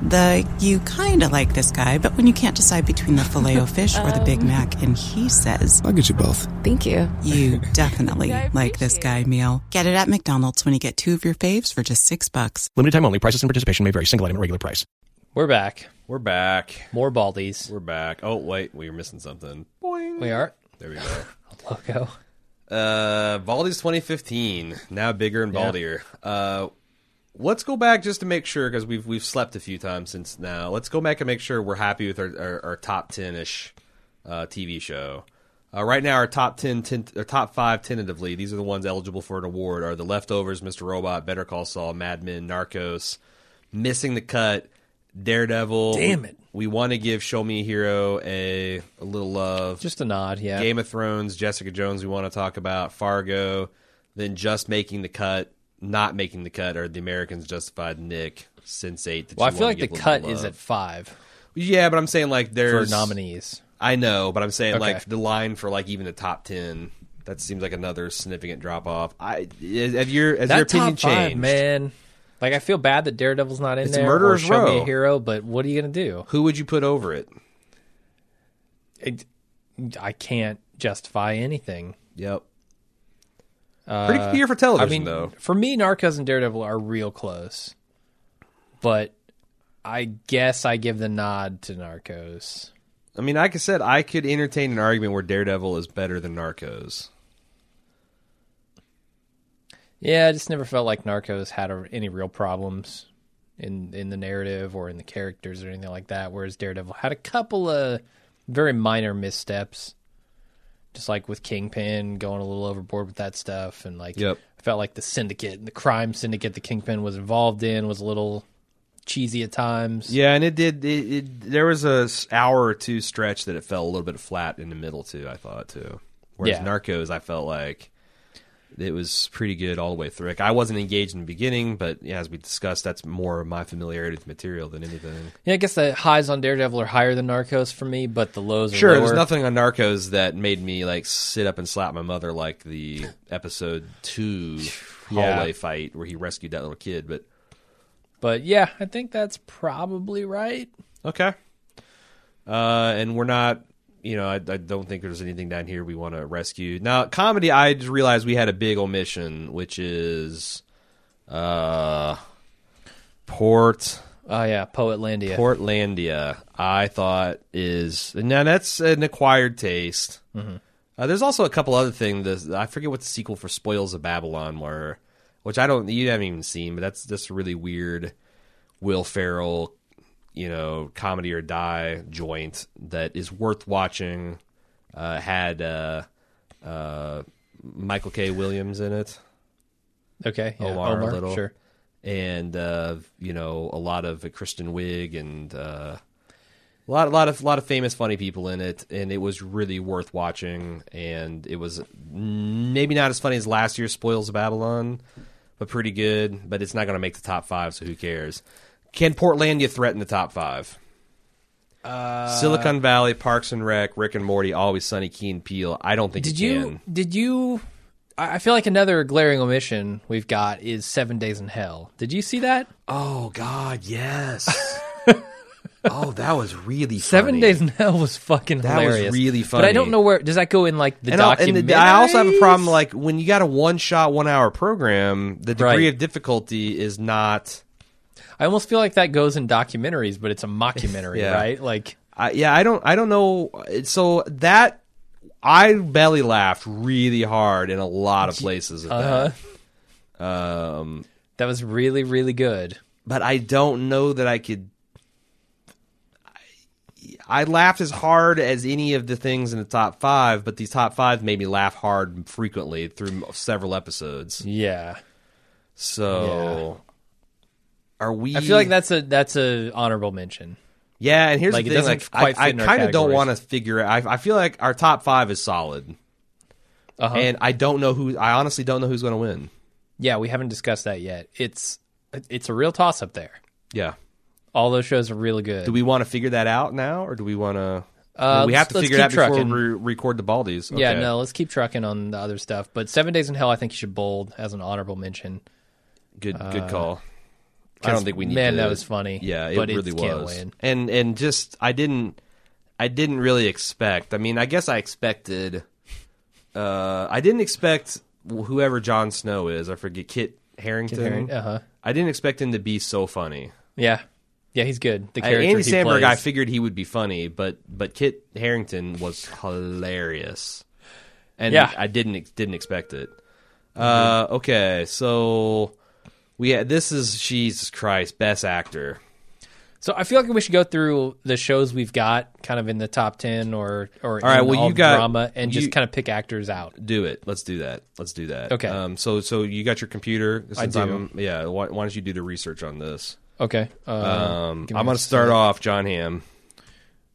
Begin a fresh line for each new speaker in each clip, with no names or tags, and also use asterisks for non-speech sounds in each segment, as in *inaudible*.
the you kind of like this guy, but when you can't decide between the filet o fish or the
*laughs* Um.
Big Mac, and he says
I'll get you both.
Thank you. *laughs*
you definitely
Yeah, I
like this guy
appreciate
meal. Get it at McDonald's when you get two of your faves for just six bucks.
Limited time only. Prices and participation may vary. Single item at regular price.
We're back.
We're back.
More Baldies.
We're back. Oh wait, we were missing something.
We are.
There we go.
Logo.
Uh, Baldi's 2015, now bigger and baldier. Uh, let's go back just to make sure because we've we've slept a few times since now. Let's go back and make sure we're happy with our our, our top 10 ish uh, TV show. Uh, right now, our top 10, 10 or top five tentatively. These are the ones eligible for an award: are The Leftovers, Mr. Robot, Better Call Saul, Mad Men, Narcos, Missing the Cut, Daredevil.
Damn it.
We want to give Show Me a Hero a, a little love.
Just a nod. Yeah.
Game of Thrones, Jessica Jones, we want to talk about, Fargo, then just making the cut, not making the cut, or the Americans Justified Nick, Sense8. that
well, I
you
feel like
want to
the
give a little
cut is
love.
at five
Yeah, but I'm saying like
for
there's.
nominees.
I know, but I'm saying
Okay.
like the line for like even the top 10, that seems like another significant drop off. I Have your, has
That
your opinion
top five,
changed?
man. Like I feel bad that Daredevil's not in
It's
there.
Murderer's
or show me
Row.
a hero, but what are you gonna do?
Who would you put over it?
It, I can't justify anything.
Yep. Pretty good year for
Uh,
television,
I mean,
though.
for me, Narcos and Daredevil are real close, but I guess I give the nod to Narcos.
I mean, like I said, I could entertain an argument where Daredevil is better than Narcos.
Yeah, I just never felt like Narcos had a, any real problems in in the narrative or in the characters or anything like that. Whereas Daredevil had a couple of very minor missteps, just like with Kingpin going a little overboard with that stuff, and like
Yep.
I felt like the syndicate, the crime syndicate that Kingpin was involved in, was a little cheesy at times.
Yeah, and it did. It, it, there was a s- hour or two stretch that it fell a little bit flat in the middle too. I thought too. Whereas
Yeah.
Narcos, I felt like it was pretty good all the way through. Like, I wasn't engaged in the beginning, but yeah, as we discussed, that's more of my familiarity with the material than anything.
Yeah, I guess the highs on Daredevil are higher than Narcos for me, but the lows are
Sure,
lower.
there's nothing on Narcos that made me like sit up and slap my mother like the episode two
*sighs* Yeah.
hallway fight where he rescued that little kid. But
But yeah, I think that's probably right.
Okay. Uh, and we're not, you know, I, I don't think there's anything down here we want to rescue. Now, comedy, I just realized we had a big omission, which is uh, Port
Oh yeah, Poetlandia.
Portlandia. I thought is now that's an acquired taste. Uh, there's also a couple other things. that- I forget what the sequel for Spoils of Babylon were, which I don't you haven't even seen, but that's this really weird Will Ferrell, you know, comedy or die joint that is worth watching. Uh, had uh, uh, Michael K. Williams in it
okay, yeah,
Omar,
Omar,
a little,
sure.
and uh, you know a lot of Kristen Wiig and uh, a lot, a lot of, lot of famous funny people in it, and it was really worth watching. And it was maybe not as funny as last year's Spoils of Babylon, but pretty good. But it's not going to make the top five, so who cares? Can Portlandia threaten the top five?
Uh,
Silicon Valley, Parks and Rec, Rick and Morty, Always Sunny, Keen Peele. I don't think
Did
it
you?
can.
Did you? I I feel like another glaring omission we've got is Seven Days in Hell. Did you see that?
Oh God,
*laughs*
yes. oh, that was really
Seven
funny.
Days in Hell was fucking
That was
hilarious.
really
But I
funny.
don't know where does that go in like the
And, I'll- and
document.
the, I also have a problem like when you got a one shot, one hour program, the degree
Right.
of difficulty is not.
I almost feel like that goes in documentaries, but it's a mockumentary,
*laughs* Yeah.
right? Like
I, yeah, I don't. I don't know. So that I belly laughed really hard in a lot of places.
uh-huh.
At that. Um,
that was really really good.
but I don't know that I could. I laughed as hard as any of the things in the top five, but these top five made me laugh hard frequently through several episodes.
Yeah.
So, are we?
I feel like that's a that's a honorable mention.
Yeah, and here's
Like, it
the thing:
doesn't
like,
quite
I, I
fit in our
kind of don't
categories.
want to figure. out I, I feel like our top five is solid,
Uh-huh.
and I don't know who. I honestly don't know who's going to win.
yeah, we haven't discussed that yet. It's it's a real toss up there.
Yeah.
All those shows are really good.
Do we want to figure that out now, or do we want to?
Uh,
we have
let's-
to
let's
figure it out
keep trucking.
before we re- record the Baldies.
Yeah,
Okay.
no, let's keep trucking on the other stuff. But Seven Days in Hell, I think you should bold as an honorable mention.
Good, good call. I don't think we need.
Uh, Man,
to,
that was funny.
Yeah, it
but it
really
can't
was.
win.
And and just I didn't I didn't really expect. I mean, I guess I expected. Uh, I didn't expect whoever Jon Snow is. I forget Kit Harrington.
Harrington, uh-huh.
I didn't expect him to be so funny.
Yeah, yeah, he's good. The
I-
character
Uh, Andy
he
Samberg, I
plays.
figured he would be funny, but but Kit Harrington was hilarious, and
Yeah. Mm-hmm.
I didn't ex- didn't expect it. Uh, okay, so we had, this is Jesus Christ, best actor.
So I feel like we should go through the shows we've got, kind of in the top ten or or
All right,
in
well,
all
you got-
drama, and
you-
just kind of pick actors out.
Do it. Let's do that. Let's do that.
Okay.
Um. So so you got your computer. Since
do.
I'm- yeah. Why, why don't you do the research on this?
Okay, uh,
Um. I'm gonna start off John Hamm.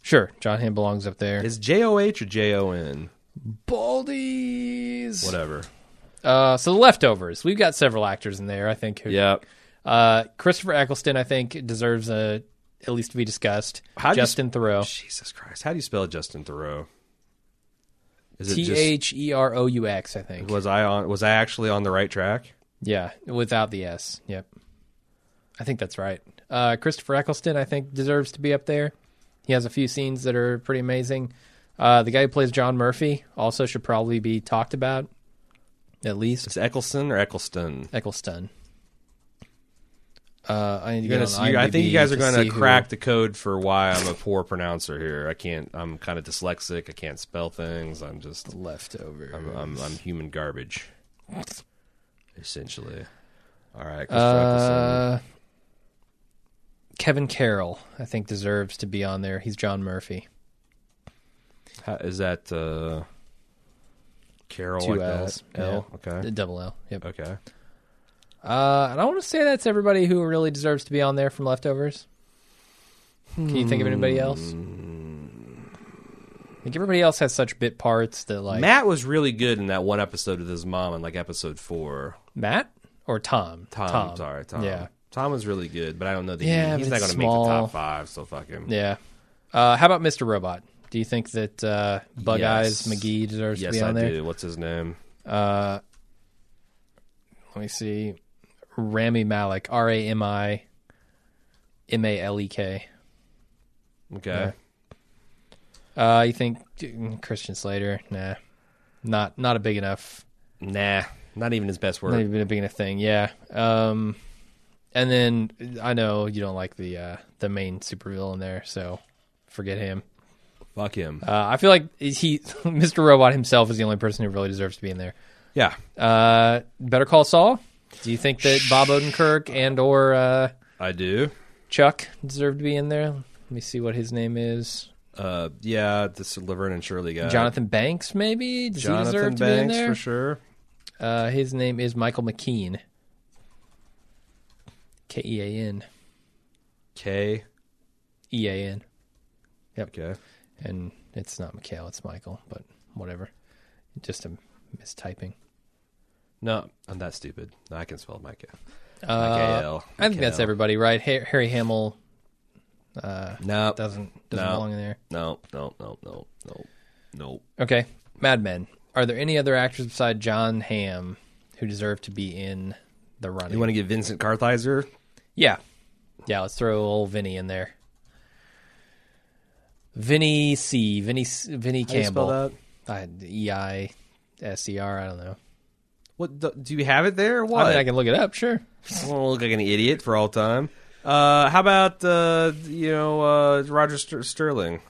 sure. John Hamm belongs up there.
Is J O H or J O N?
Baldies.
Whatever.
Uh, so the leftovers. We've got several actors in there. I think. Who,
Yeah.
Uh, Christopher Eccleston, I think, deserves a at least to be discussed.
How do you
Justin Thoreau.
Jesus Christ. How do you spell Justin Thoreau? Is
T H E R O U X, I think.
was I on was I actually on the right track?
Yeah, without the S. Yep. I think that's right. Uh, Christopher Eccleston, I think, deserves to be up there. He has a few scenes that are pretty amazing. Uh, the guy who plays John Murphy also should probably be talked about, at least.
It's Eccleston or Eccleston?
Eccleston. Uh, I, need to
You're
get
gonna,
on
you, I think you guys are
IMDb
going
see
to
who-
crack the code for why I'm a poor pronouncer here. I can't. I'm kind of dyslexic. I can't spell things. I'm just.
leftover.
I'm. I'm, I'm human garbage, essentially. All right. Christopher Eccleston.
Uh, Kevin Carroll, I think, deserves to be on there. He's John Murphy.
How, is that uh, Carol?
Two
like that?
L's.
L.
Yeah.
Okay.
Double L. Yep.
Okay.
Uh, and I want to say that's everybody who really deserves to be on there from Leftovers. Can you think of
Hmm.
anybody else? I think everybody else has such bit parts that like
Matt was really good in that one episode with his mom in like episode four.
Matt or Tom.
Tom, sorry, Tom.
Yeah,
Tom was really good, but I don't know that
Yeah,
he, he's
but
not
it's
going to make the
small.
top five. So fuck him.
yeah. Uh, how about Mr. Robot? Do you think that uh, Bug Eyes
Yes.
McGee deserves to
Yes,
be on
I
there?
do. What's his name?
Let me see. Rami Malik, R A M I M A L E K.
Okay.
Uh, you think mm, Christian Slater? Nah, not not a big enough
Nah, not even his best work.
Not even being a thing, yeah. Um, and then I know you don't like the uh, the main supervillain there, so forget him.
Fuck him.
Uh, I feel like he, *laughs* Mr. Robot himself, is the only person who really deserves to be in there.
yeah.
Uh, Better Call Saul. Do you think that Bob Odenkirk and or uh,
I do.
Chuck deserve to be in there? Let me see what his name is.
Uh, yeah, this Laverne and Shirley guy.
Jonathan Banks, maybe. Does he
Uh, Jonathan
deserve
Banks
to be in there?
for sure.
Uh, his name is Michael McKean. K e a n
K.
e a n.
Okay.
and it's not Mikhail, it's Michael, but whatever. Just a mistyping.
No, I'm that stupid. No, I can spell Micah.
Uh, I think that's everybody, right? Ha- Harry Hamill
No,
doesn't doesn't
No.
belong in there.
no, no, no, no, no, no.
Okay, Mad Men. Are there any other actors beside John Hamm who deserve to be in the
You
running?
want to get Vincent Kartheiser?
yeah, yeah. Let's throw old Vinny in there. Vinny C. Vinny S- Vinny
How do you spell
Campbell.
that?
I, e I S E R. I don't know.
What do, do you have it there? Or what?
I mean, I can look it up. Sure.
I don't look like an idiot for all time. Uh, how about uh, you know uh, Roger Ster- Sterling?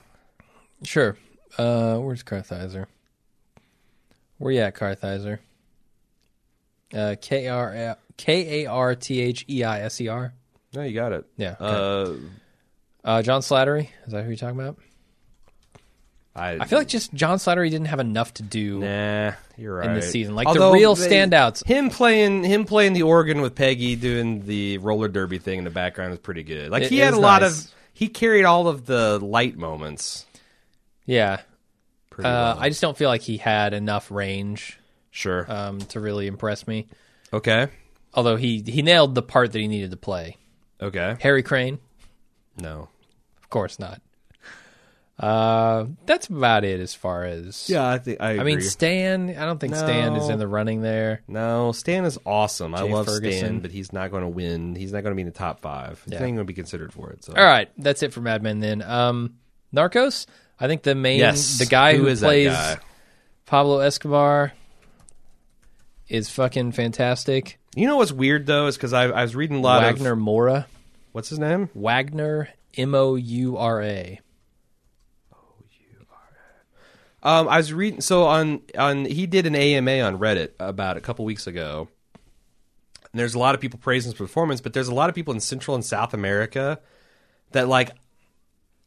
Sure. Uh, where's Carthizer? Where you at, Carthizer? Uh, K R K A R T H E I S E R.
No, you got it.
Yeah, okay.
Uh,
Uh, John Slattery. Is that who you're talking about?
I,
I feel like just John Slattery didn't have enough to do.
nah, you're right.
in this season, like, the real standouts-
Him playing him playing the organ with Peggy doing the roller derby thing in the background is pretty good. Like
It
he had a
is
lot
nice. Uh,
of he carried all of the light moments.
Yeah.
Pretty
Uh,
well.
I just don't feel like he had enough range
sure.
um, to really impress me.
okay.
Although he he nailed the part that he needed to play.
Okay.
Harry Crane,
No.
of course not. Uh, that's about it as far as.
Yeah, I think I. Agree.
I mean, Stan. I don't think Stan is in
No.
the running there.
no, Stan is awesome. I
Jay
love
Ferguson.
Stan, but he's not going to win. He's not going to be in the top five. He's
Yeah.
not even going to be considered for it. So.
All right, that's it for Mad Men. Then, um, Narcos. I think the main,
Yes.
the guy who,
Who is that
plays
guy?
Pablo Escobar is fucking fantastic.
You know what's weird though is because I, I was reading a lot
Wagner
of
Mora,
what's his name.
Wagner M O U R A.
Um, I was reading so on on he did an AMA on Reddit about a couple weeks ago. And there's a lot of people praising his performance, but there's a lot of people in Central and South America that like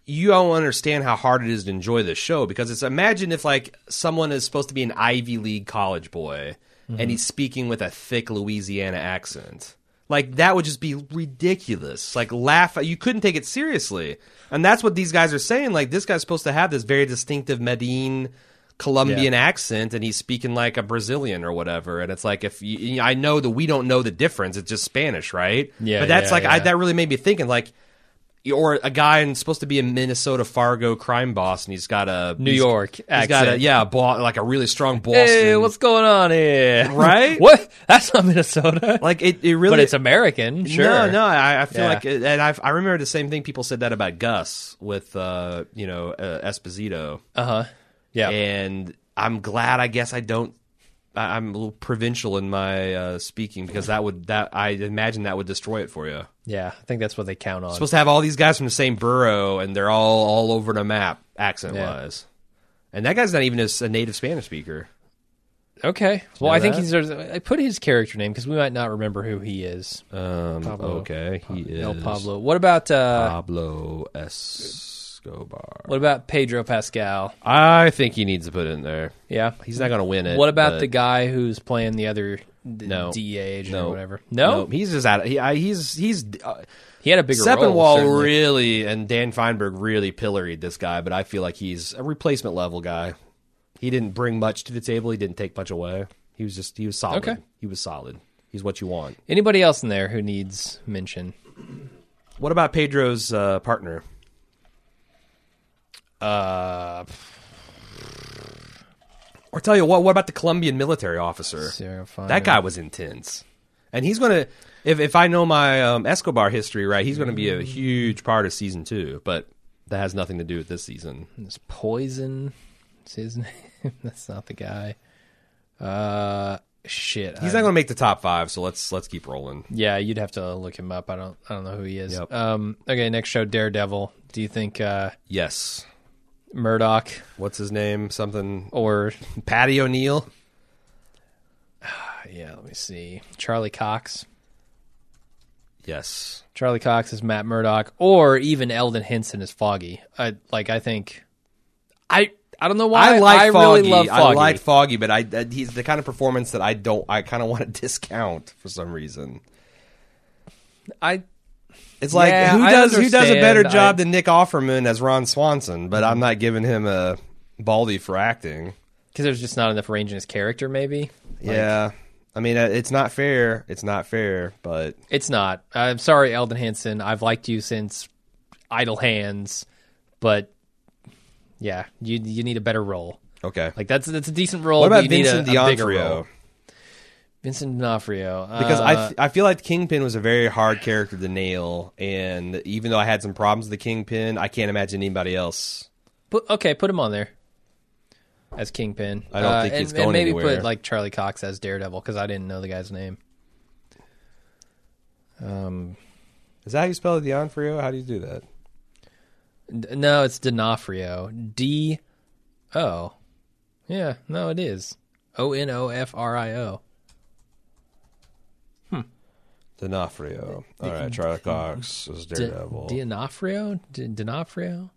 you don't understand how hard it is to enjoy this show because it's imagine if like someone is supposed to be an Ivy League college boy and he's speaking with a thick Louisiana accent. Like that would just be ridiculous. Like laugh you couldn't take it seriously. And that's what these guys are saying. Like this guy's supposed to have this very distinctive Medellin Colombian accent and he's speaking like a Brazilian or whatever. And it's like if you, I know that we don't know the difference, it's just Spanish, right?
Yeah,
But that's
yeah,
like I,
yeah.
that really made me thinking like or a guy and supposed to be a Minnesota Fargo crime boss, and he's got a
New
he's-
York
He's got a
accent.
yeah, bo- like a really strong Boston.
Hey, what's going on here?
Right? *laughs*
what? That's not Minnesota.
like it? It really.
but it's American. Sure.
No, no. I, I feel
Yeah.
like, it, and I've, I remember the same thing people said that about Gus with uh, you know uh, Esposito,
Uh huh. Yeah.
and I'm glad. I guess I don't. I, I'm a little provincial in my uh, speaking because that would that I imagine that would destroy it for you.
yeah. I think that's what they count on.
supposed to have all these guys from the same borough, and they're all all over the map accent wise. And that guy's not even a, s- a native Spanish speaker.
Okay. Well,
know
I think
that?
he's. I put his character name because we might not remember who he is.
Um,
Pablo.
okay, he is
El Pablo. What about uh,
Pablo Escobar.
what about Pedro Pascal?
I think he needs to put it in there.
Yeah.
He's not going to win it.
What about
but-
the guy who's playing the other d-
No.
DEA agent
No.
or whatever? No,
Nope, he's just out. Of, he, I, he's he's. Uh,
he had a bigger role.
Seppenwall
certainly.
really and Dan Feinberg really pilloried this guy, but I feel like he's a replacement level guy. He didn't bring much to the table. He didn't take much away. He was just he was solid.
Okay.
He was solid. He's what you want.
Anybody else in there who needs mention?
What about Pedro's uh, partner?
Uh,
Or tell you what, what about the Colombian military officer?
Sarah Finer.
That guy was intense, and he's gonna. If if I know my um, Escobar history right, he's gonna be a huge part of season two, but that has nothing to do with this season.
It's Poison. Is his *laughs* name? That's not the guy. Uh, shit.
He's
I-
not gonna make the top five, so let's let's keep rolling.
Yeah, you'd have to look him up. I don't. I don't know who he is.
Yep.
Um. Okay. Next show, Daredevil. Do you think uh,
Yes,
Murdoch
what's his name? Something
or
Patty O'Neill.
yeah? Let me see. Charlie Cox.
Yes.
Charlie Cox is Matt Murdock, or even Eldon Henson is Foggy. I like. I think. I I don't know why.
I like Foggy.
really love Foggy.
I like Foggy, but I that- he's the kind of performance that I don't. I kind of want to *laughs* discount for some reason.
I
It's like
Yeah,
who
I
does who does a better
understand.
job
I-
than Nick Offerman as Ron Swanson? But I'm not giving him a baldy for acting.
because there's just not enough range in his character. Maybe
yeah, I mean uh, it's not fair. It's not fair, but
it's not. I'm sorry, Eldon Henson. I've liked you since Idle Hands, but yeah, you you need a better role.
okay.
Like that's that's a decent role.
what
but
about
you need
Vincent
a, a bigger role.
D'Onofrio?
Vincent D'Onofrio.
Because
uh,
I th- I feel like Kingpin was a very hard character to nail, and even though I had some problems with the Kingpin, I can't imagine anybody else
put, okay, put him on there as Kingpin.
I don't
Uh,
think
and,
he's going
and maybe
anywhere.
put like Charlie Cox as Daredevil because I didn't know the guy's name.
Is that how you spell it, D'Onofrio? How do you do that?
D- no, it's D'Onofrio. D O. Yeah, no, it is O N O F R I O.
D'Onofrio. All right, Charlie Cox was
D-
Daredevil.
D'Onofrio. D- D'Onofrio.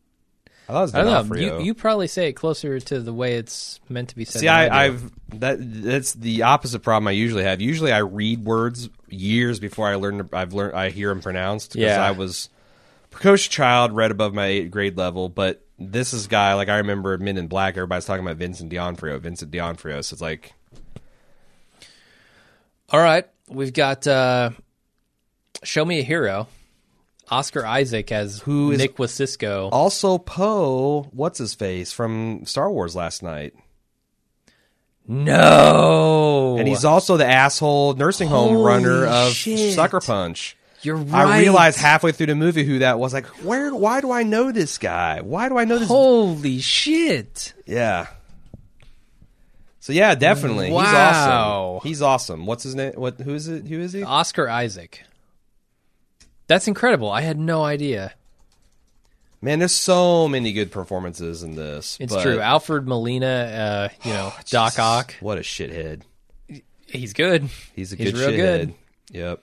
I thought it was
I don't
D'Onofrio.
know. You, you probably say it closer to the way it's meant to be said.
See,
than do.
I, I've that that's the opposite problem I usually have. Usually, I read words years before I learn. I've learned. I hear them pronounced. 'cause
Yeah.
I was precocious child, right above my eighth grade level. But this is guy like I remember Men in Black. Everybody's talking about Vincent D'Onofrio. Vincent D'Onofrio. So it's like
All right, we've got uh, "Show Me a Hero." Oscar Isaac as
Who is-
Nick Wasisco.
Also, Poe, what's his face from Star Wars last night,
no,
and he's also the asshole nursing home
Holy
runner of
shit.
Sucker Punch.
You're
I
right.
realized halfway through the movie who that was. Like, where? Why do I know this guy? Why do I know this?
Holy shit!
Yeah. So yeah,
Wow.
definitely.
Uh,
He's awesome. He's awesome. What's his name? What? Who is it? Who is he?
Oscar Isaac. That's incredible. I had no idea.
Man, there's so many good performances in this.
It's
but- Oh,
true. Alfred Molina, uh, you know, Doc Ock.
What a shithead.
He's good.
He's a
He's
good
real
shithead.
good.
Yep.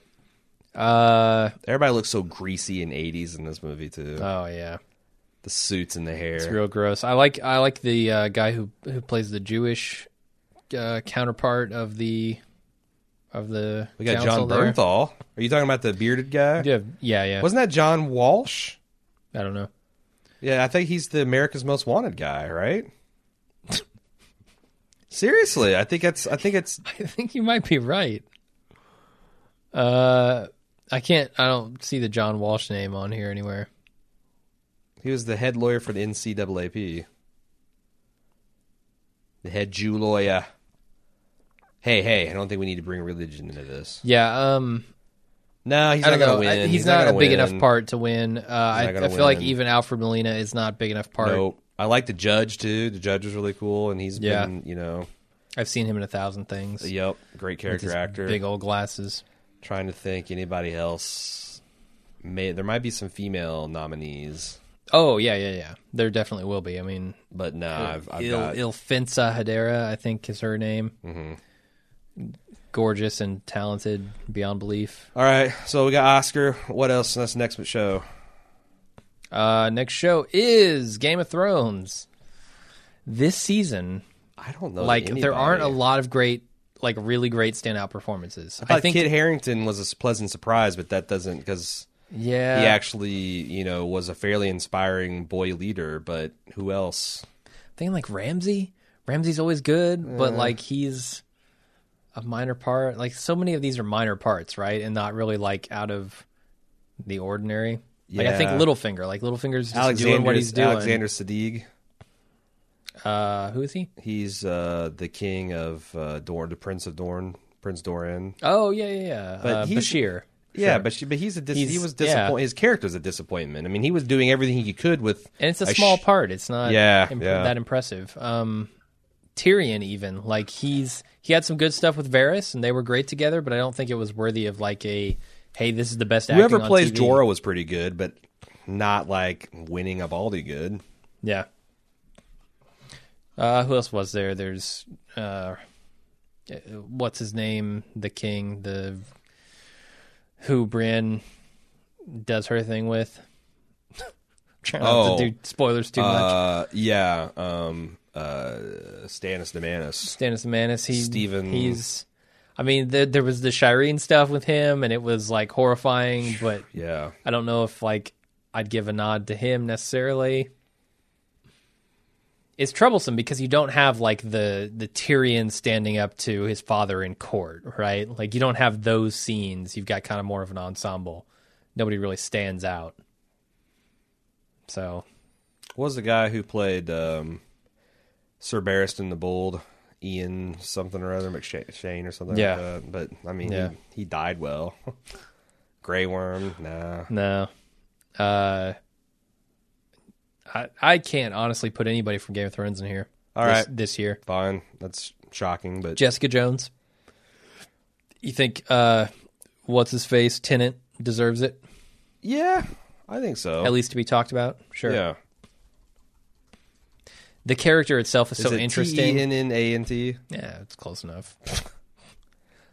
Uh,
Everybody looks so greasy in '80s in this movie too.
oh yeah.
the suits and the hair.
It's real gross. I like I like the uh, guy who who plays the Jewish uh, counterpart of the of the
we got
council
John
there.
Bernthal. Are you talking about the bearded guy?
Yeah, yeah, yeah.
Wasn't that John Walsh?
I don't know.
Yeah, I think he's the America's Most Wanted guy, right? *laughs* Seriously, I think it's I think it's
*laughs* I think you might be right. Uh, I can't. I don't see the John Walsh name on here anywhere.
he was the head lawyer for the NCAAP. The head Jew lawyer. Hey, hey, I don't think we need to bring religion into this.
Yeah. Um.
No, he's
I don't
not
know.
gonna win.
I- he's, not,
gonna
a big
win.
enough part to win. Uh, I, I
not
feel
gonna
like
win.
even Alfred Molina is not big enough part.
Nope. I like the judge too. The judge was really cool and he's
Yeah.
been, you know,
I've seen him in a thousand things.
yep, great
With
character
his
actor.
Big old glasses.
Trying to think anybody else. May there might be some female nominees,
Oh yeah, yeah, yeah. There definitely will be. I mean,
but no, I've, I've
Il,
got
Ilfinza Hedera, I think is her name.
Mm-hmm.
Gorgeous and talented beyond belief.
All right, so we got Oscar. What else? That's next show.
Uh, next show is Game of Thrones. This season,
I don't know.
like there
anybody.
aren't a lot of great, like really great standout performances.
I, think Kit Harrington was a s- pleasant surprise, but that doesn't because
yeah,
he actually, you know, was a fairly inspiring boy leader. But who else?
thing like Ramsey. Ramsey's always good, but like he's a minor part. Like so many of these are minor parts, right? And not really like out of the ordinary. Like I think
Yeah.
Littlefinger, like Littlefinger's just
Alexander
doing what he's doing.
Alexander Sadiq.
Uh, who is he?
He's uh, the king of uh, Dorne, the prince of Dorne, Prince Doran.
Oh yeah, yeah, yeah.
But
uh,
he's-
Bashir.
Yeah, but she, but he's a dis- he
He's-
was
yeah.
disappointed. His character's a disappointment. I mean, he was doing everything he could with,
and it's a small
sh-
part. It's not
Yeah, yeah.
that impressive. Um, Tyrion, even like he's he had some good stuff with Varys, and they were great together. But I don't think it was worthy of like a hey, this is the best.
Whoever
acting on
plays
TV.
Jorah was pretty good, but not like winning a Baldy good.
yeah. Uh, who else was there? There's uh, what's his name, the king, the who Brienne does her thing with. *laughs* Trying not
Oh,
to do spoilers too much.
Uh, yeah. Um, uh, Stannis Demanis.
Stannis Manis. He,
Steven-
He's. I mean, there, there was the Shireen stuff with him, and it was like horrifying. But
Yeah.
I don't know if like I'd give a nod to him necessarily. It's troublesome because you don't have like the the Tyrion standing up to his father in court, right? Like you don't have those scenes. You've got kind of more of an ensemble. Nobody really stands out. So
What was the guy who played um, Sir Barristan the Bold? Ian something or other, McShane or something
Yeah.
like that. But, I mean,
Yeah.
he, he died well. *laughs* Grey Worm, nah.
No. Uh I I can't honestly put anybody from Game of Thrones in here.
All
All right, this,
right.
this year.
Fine. That's shocking, but
Jessica Jones. You think uh what's his face Tenant deserves it
yeah, I think so.
at least to be talked about? Sure.
Oh. Yeah.
The character itself is, so
Is it E
interesting.
T-E-N-N-A-N-T?
yeah, it's close enough.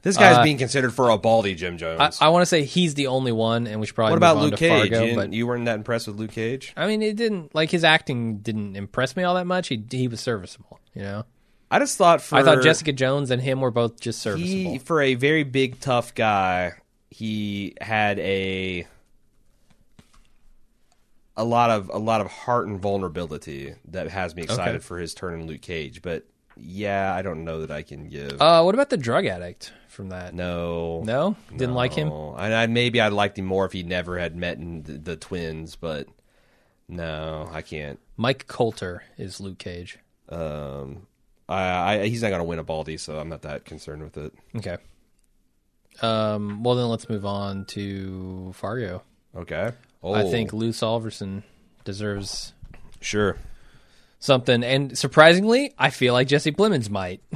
This guy's being considered for a Baldy, Jim
I,
Jones.
Uh, I want to say he's the only one and we should probably
what
move
about
on
Luke
to
Cage?
Fargo,
you,
but
you weren't that impressed with Luke Cage?
I mean it didn't like his acting didn't impress me all that much. He he was serviceable, you know.
I just thought for
I thought Jessica Jones and him were both just serviceable.
he for a very big tough guy he had a a lot of a lot of heart and vulnerability that has me excited for his turn in Luke Cage but yeah, I don't know that I can give.
Uh, what about the drug addict from that?
Oh. no,
No? Didn't like him?
No. And I, maybe I'd liked him more if he never had met n- the, the twins, but no, I can't.
Mike Coulter is Luke Cage.
I, I he's not gonna win a Baldy, so I'm not that concerned with it.
Okay. Um, well, then let's move on to Fargo.
Okay. Oh,
I think Lou Salverson deserves
sure.
something. And surprisingly, I feel like Jesse Plemons might. *laughs*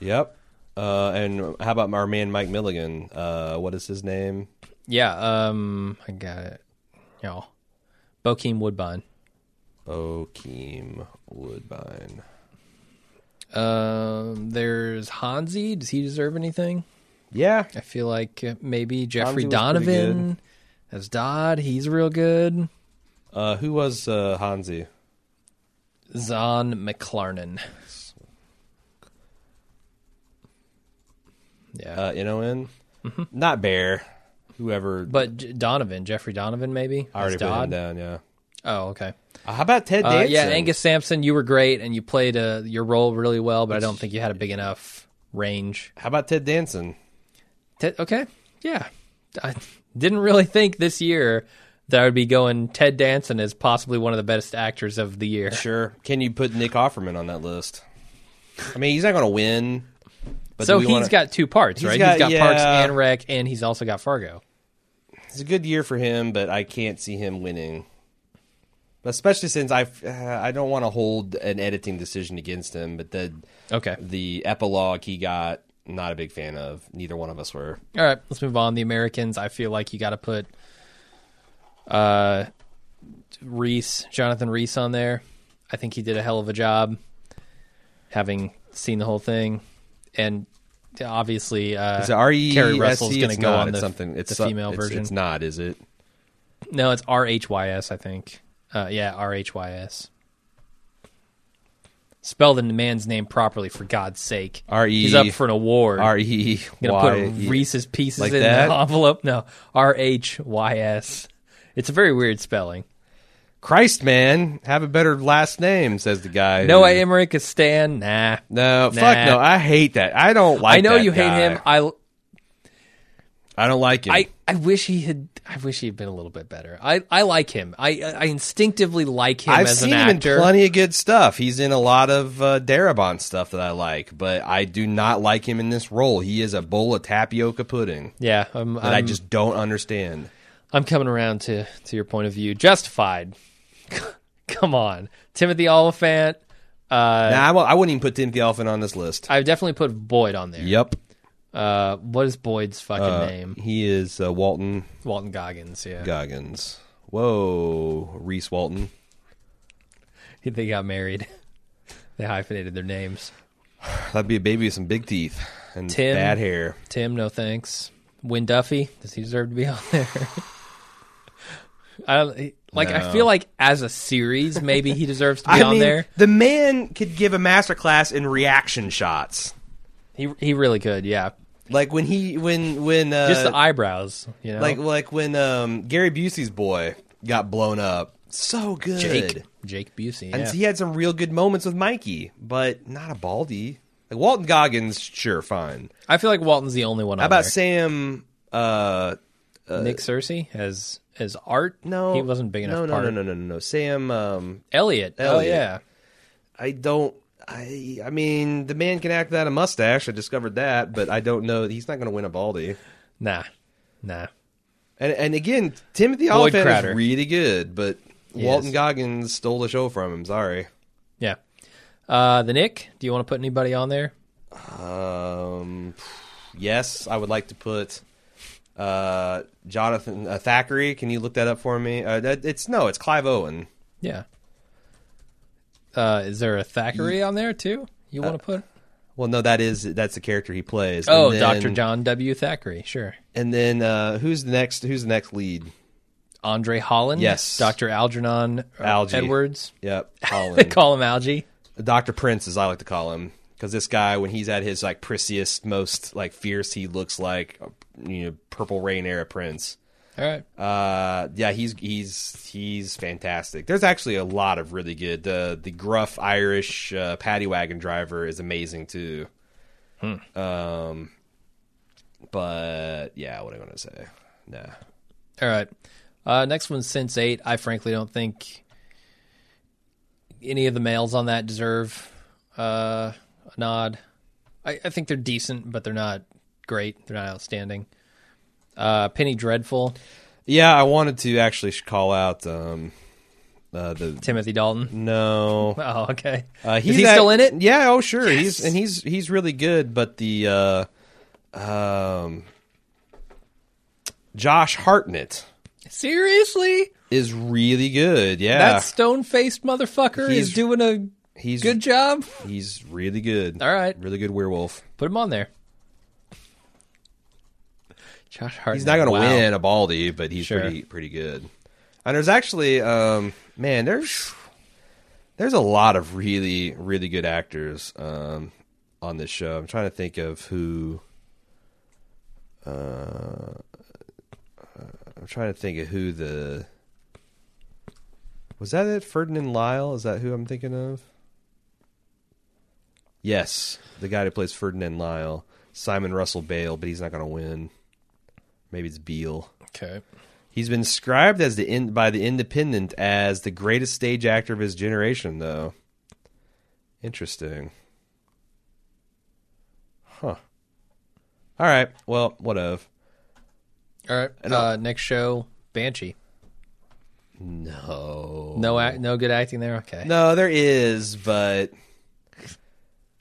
Yep. Uh, and how about our man Mike Milligan? Uh, what is his name?
yeah, um, I got it. Y'all. Bokeem Woodbine.
Bokeem Woodbine.
Um, there's Hansi. Does he deserve anything?
Yeah.
I feel like uh, maybe Jeffrey
Hansi was pretty
Donovan as Dodd. He's real good.
Uh, who was uh, Hansi?
Zahn McLarnon. Yeah.
Uh, N O N. Not Bear. Whoever.
Mm-hmm. but J- Donovan, Jeffrey Donovan, maybe?
I already
as
put him
Dodd?
down. Yeah.
Oh, okay.
Uh, how about Ted
Uh,
Danson?
yeah, Angus Sampson, you were great and you played uh, your role really well, but I don't think you had a big enough range.
How about Ted Danson?
Ted, okay, yeah. I didn't really think this year that I would be going Ted Danson as possibly one of the best actors of the year.
Sure. Can you put Nick Offerman on that list? I mean, he's not going to win. But
so
he's
he's got two parts,
He's
right?
got-
he's got Parks
yeah.
and Rec, and he's also got Fargo.
It's a good year for him, but I can't see him winning. Especially since I uh, I don't want to hold an editing decision against him, but the
Okay.
the epilogue he got not a big fan of. Neither one of us were.
All right, let's move on. The Americans. I feel like you got to put uh, Reese, Jonathan Reese, on there. I think he did a hell of a job, having seen the whole thing, and obviously, uh,
Is it R E
Carrie
S
Russell's
E?
going to
It's
go
not.
on
It's
the,
something. It's
the
some-
female
it's-
version.
It's not, is it?
No, it's R H Y S. I think. Uh, yeah, R H Y S. Spell the man's name properly, for God's sake.
R E-
He's up for an award.
R E
Gonna
Y.
put Reese's Pieces
Like
in
that?
the envelope. No, R H Y S. It's a very weird spelling.
Christ, man, have a better last name, says the guy.
Noah
who-
Emmerich is Stan. Nah.
No, fuck no. I hate that. I don't like.
I know
that
you hate
guy.
him. I,
I don't like him.
I I wish he had. I wish he had been a little bit better. I, I like him. I I instinctively like him
I've
as
seen
an
him in
actor.
plenty of good stuff. He's in a lot of uh, Darabont stuff that I like, but I do not like him in this role. He is a bowl of tapioca pudding
yeah, I'm,
that i
I'm,
just don't understand.
I'm coming around to to your point of view. Justified. *laughs* Come on, Timothy Oliphant. Uh,
Now, I w- I wouldn't even put Timothy Elephant on this list.
I've definitely put Boyd on there.
yep,
Uh, what is Boyd's fucking name?
he is uh, Walton
Walton Goggins. Yeah,
Goggins. Whoa, Reese Walton.
*laughs* they got married. they hyphenated their names.
That'd be a baby with some big teeth and
Tim.
bad hair.
Tim, no thanks. Win Duffy, does he deserve to be *laughs* on there? I don't, like. I feel like as a series, maybe he deserves
*laughs*
to be on there.
the man could give a masterclass in reaction shots.
He he really could. Yeah,
Like when he when when uh,
just the eyebrows. You know,
like like when um, Gary Busey's boy got blown up. So good,
Jake Jake Busey.
and
yeah.
he had some real good moments with Mikey, but not a Baldy. Like Walton Goggins, sure, fine.
I feel like Walton's the only one.
How
on
about
there.
Sam? Uh,
Nick Cersei as as Art?
no,
he wasn't big enough.
No, no,
part.
no, no, no, no, no. Sam. Um,
Elliot.
Elliot.
Oh yeah,
I don't. I I mean, the man can act without a mustache. I discovered that, but I don't know. He's not going to win a Baldy.
nah, nah.
And and again, Timothy
Boyd
Oliphant
Crowder.
is really good, but
He
Walton
is.
Goggins stole the show from him. Sorry.
Yeah. Uh, the Nick. Do you want to put anybody on there?
Um, yes, I would like to put uh, Jonathan uh, Thackeray. Can you look that up for me? Uh, that, it's no, it's Clive Owen.
Yeah. Uh, is there a Thackeray on there too? You want to put?
Well, no, that is that's the character he plays.
Oh,
And then-
Dr. John W. Thackeray. Sure.
And then uh, who's the next? Who's the next lead?
Andre Holland.
Yes.
Dr. Algernon uh,
Algie.
Edwards. *laughs*
Yep,
They
Holland.
call him Algie.
Dr. Prince, as I like to call him, because this guy, when he's at his like prissiest, most like fierce, he looks like you know purple rain era Prince.
All right.
Uh, yeah, he's he's he's fantastic. There's actually a lot of really good. uh, The the gruff Irish uh, paddy wagon driver is amazing too.
Hmm.
Um, but yeah, what am I gonna say? Nah,
All right. Uh, next one, Sense Eight. I frankly don't think any of the males on that deserve uh, a nod. I, I think they're decent, but they're not great. They're not outstanding. Uh, Penny Dreadful,
yeah, I wanted to actually sh- call out um, uh, the
Timothy Dalton.
no.
*laughs* Oh, okay.
Uh,
Is he
act-
still in it?
Yeah, oh sure. He's and he's he's really good, but the uh, um, Josh Hartnett
Seriously,
is really good. Yeah,
that stone-faced motherfucker
He's-
is doing a
he's
good job.
He's really good.
All right.
really good werewolf.
Put him on there. Josh Hartnett.
He's not going to
wow.
win a Baldy, but he's
Sure.
pretty pretty good. And there's actually, um, man, there's there's a lot of really really good actors um, on this show. I'm trying to think of who. Uh, I'm trying to think of who the was that it Ferdinand Lyle? Is that who I'm thinking of? Yes, the guy who plays Ferdinand Lyle, Simon Russell Bale, but he's not going to win. Maybe it's Beale.
Okay.
He's been described as the in, by the Independent as the greatest stage actor of his generation, though. Interesting. Huh. All right. Well, what of?
All right. Uh, next show, Banshee.
No.
No, ac- no good acting there. Okay.
No, there is, but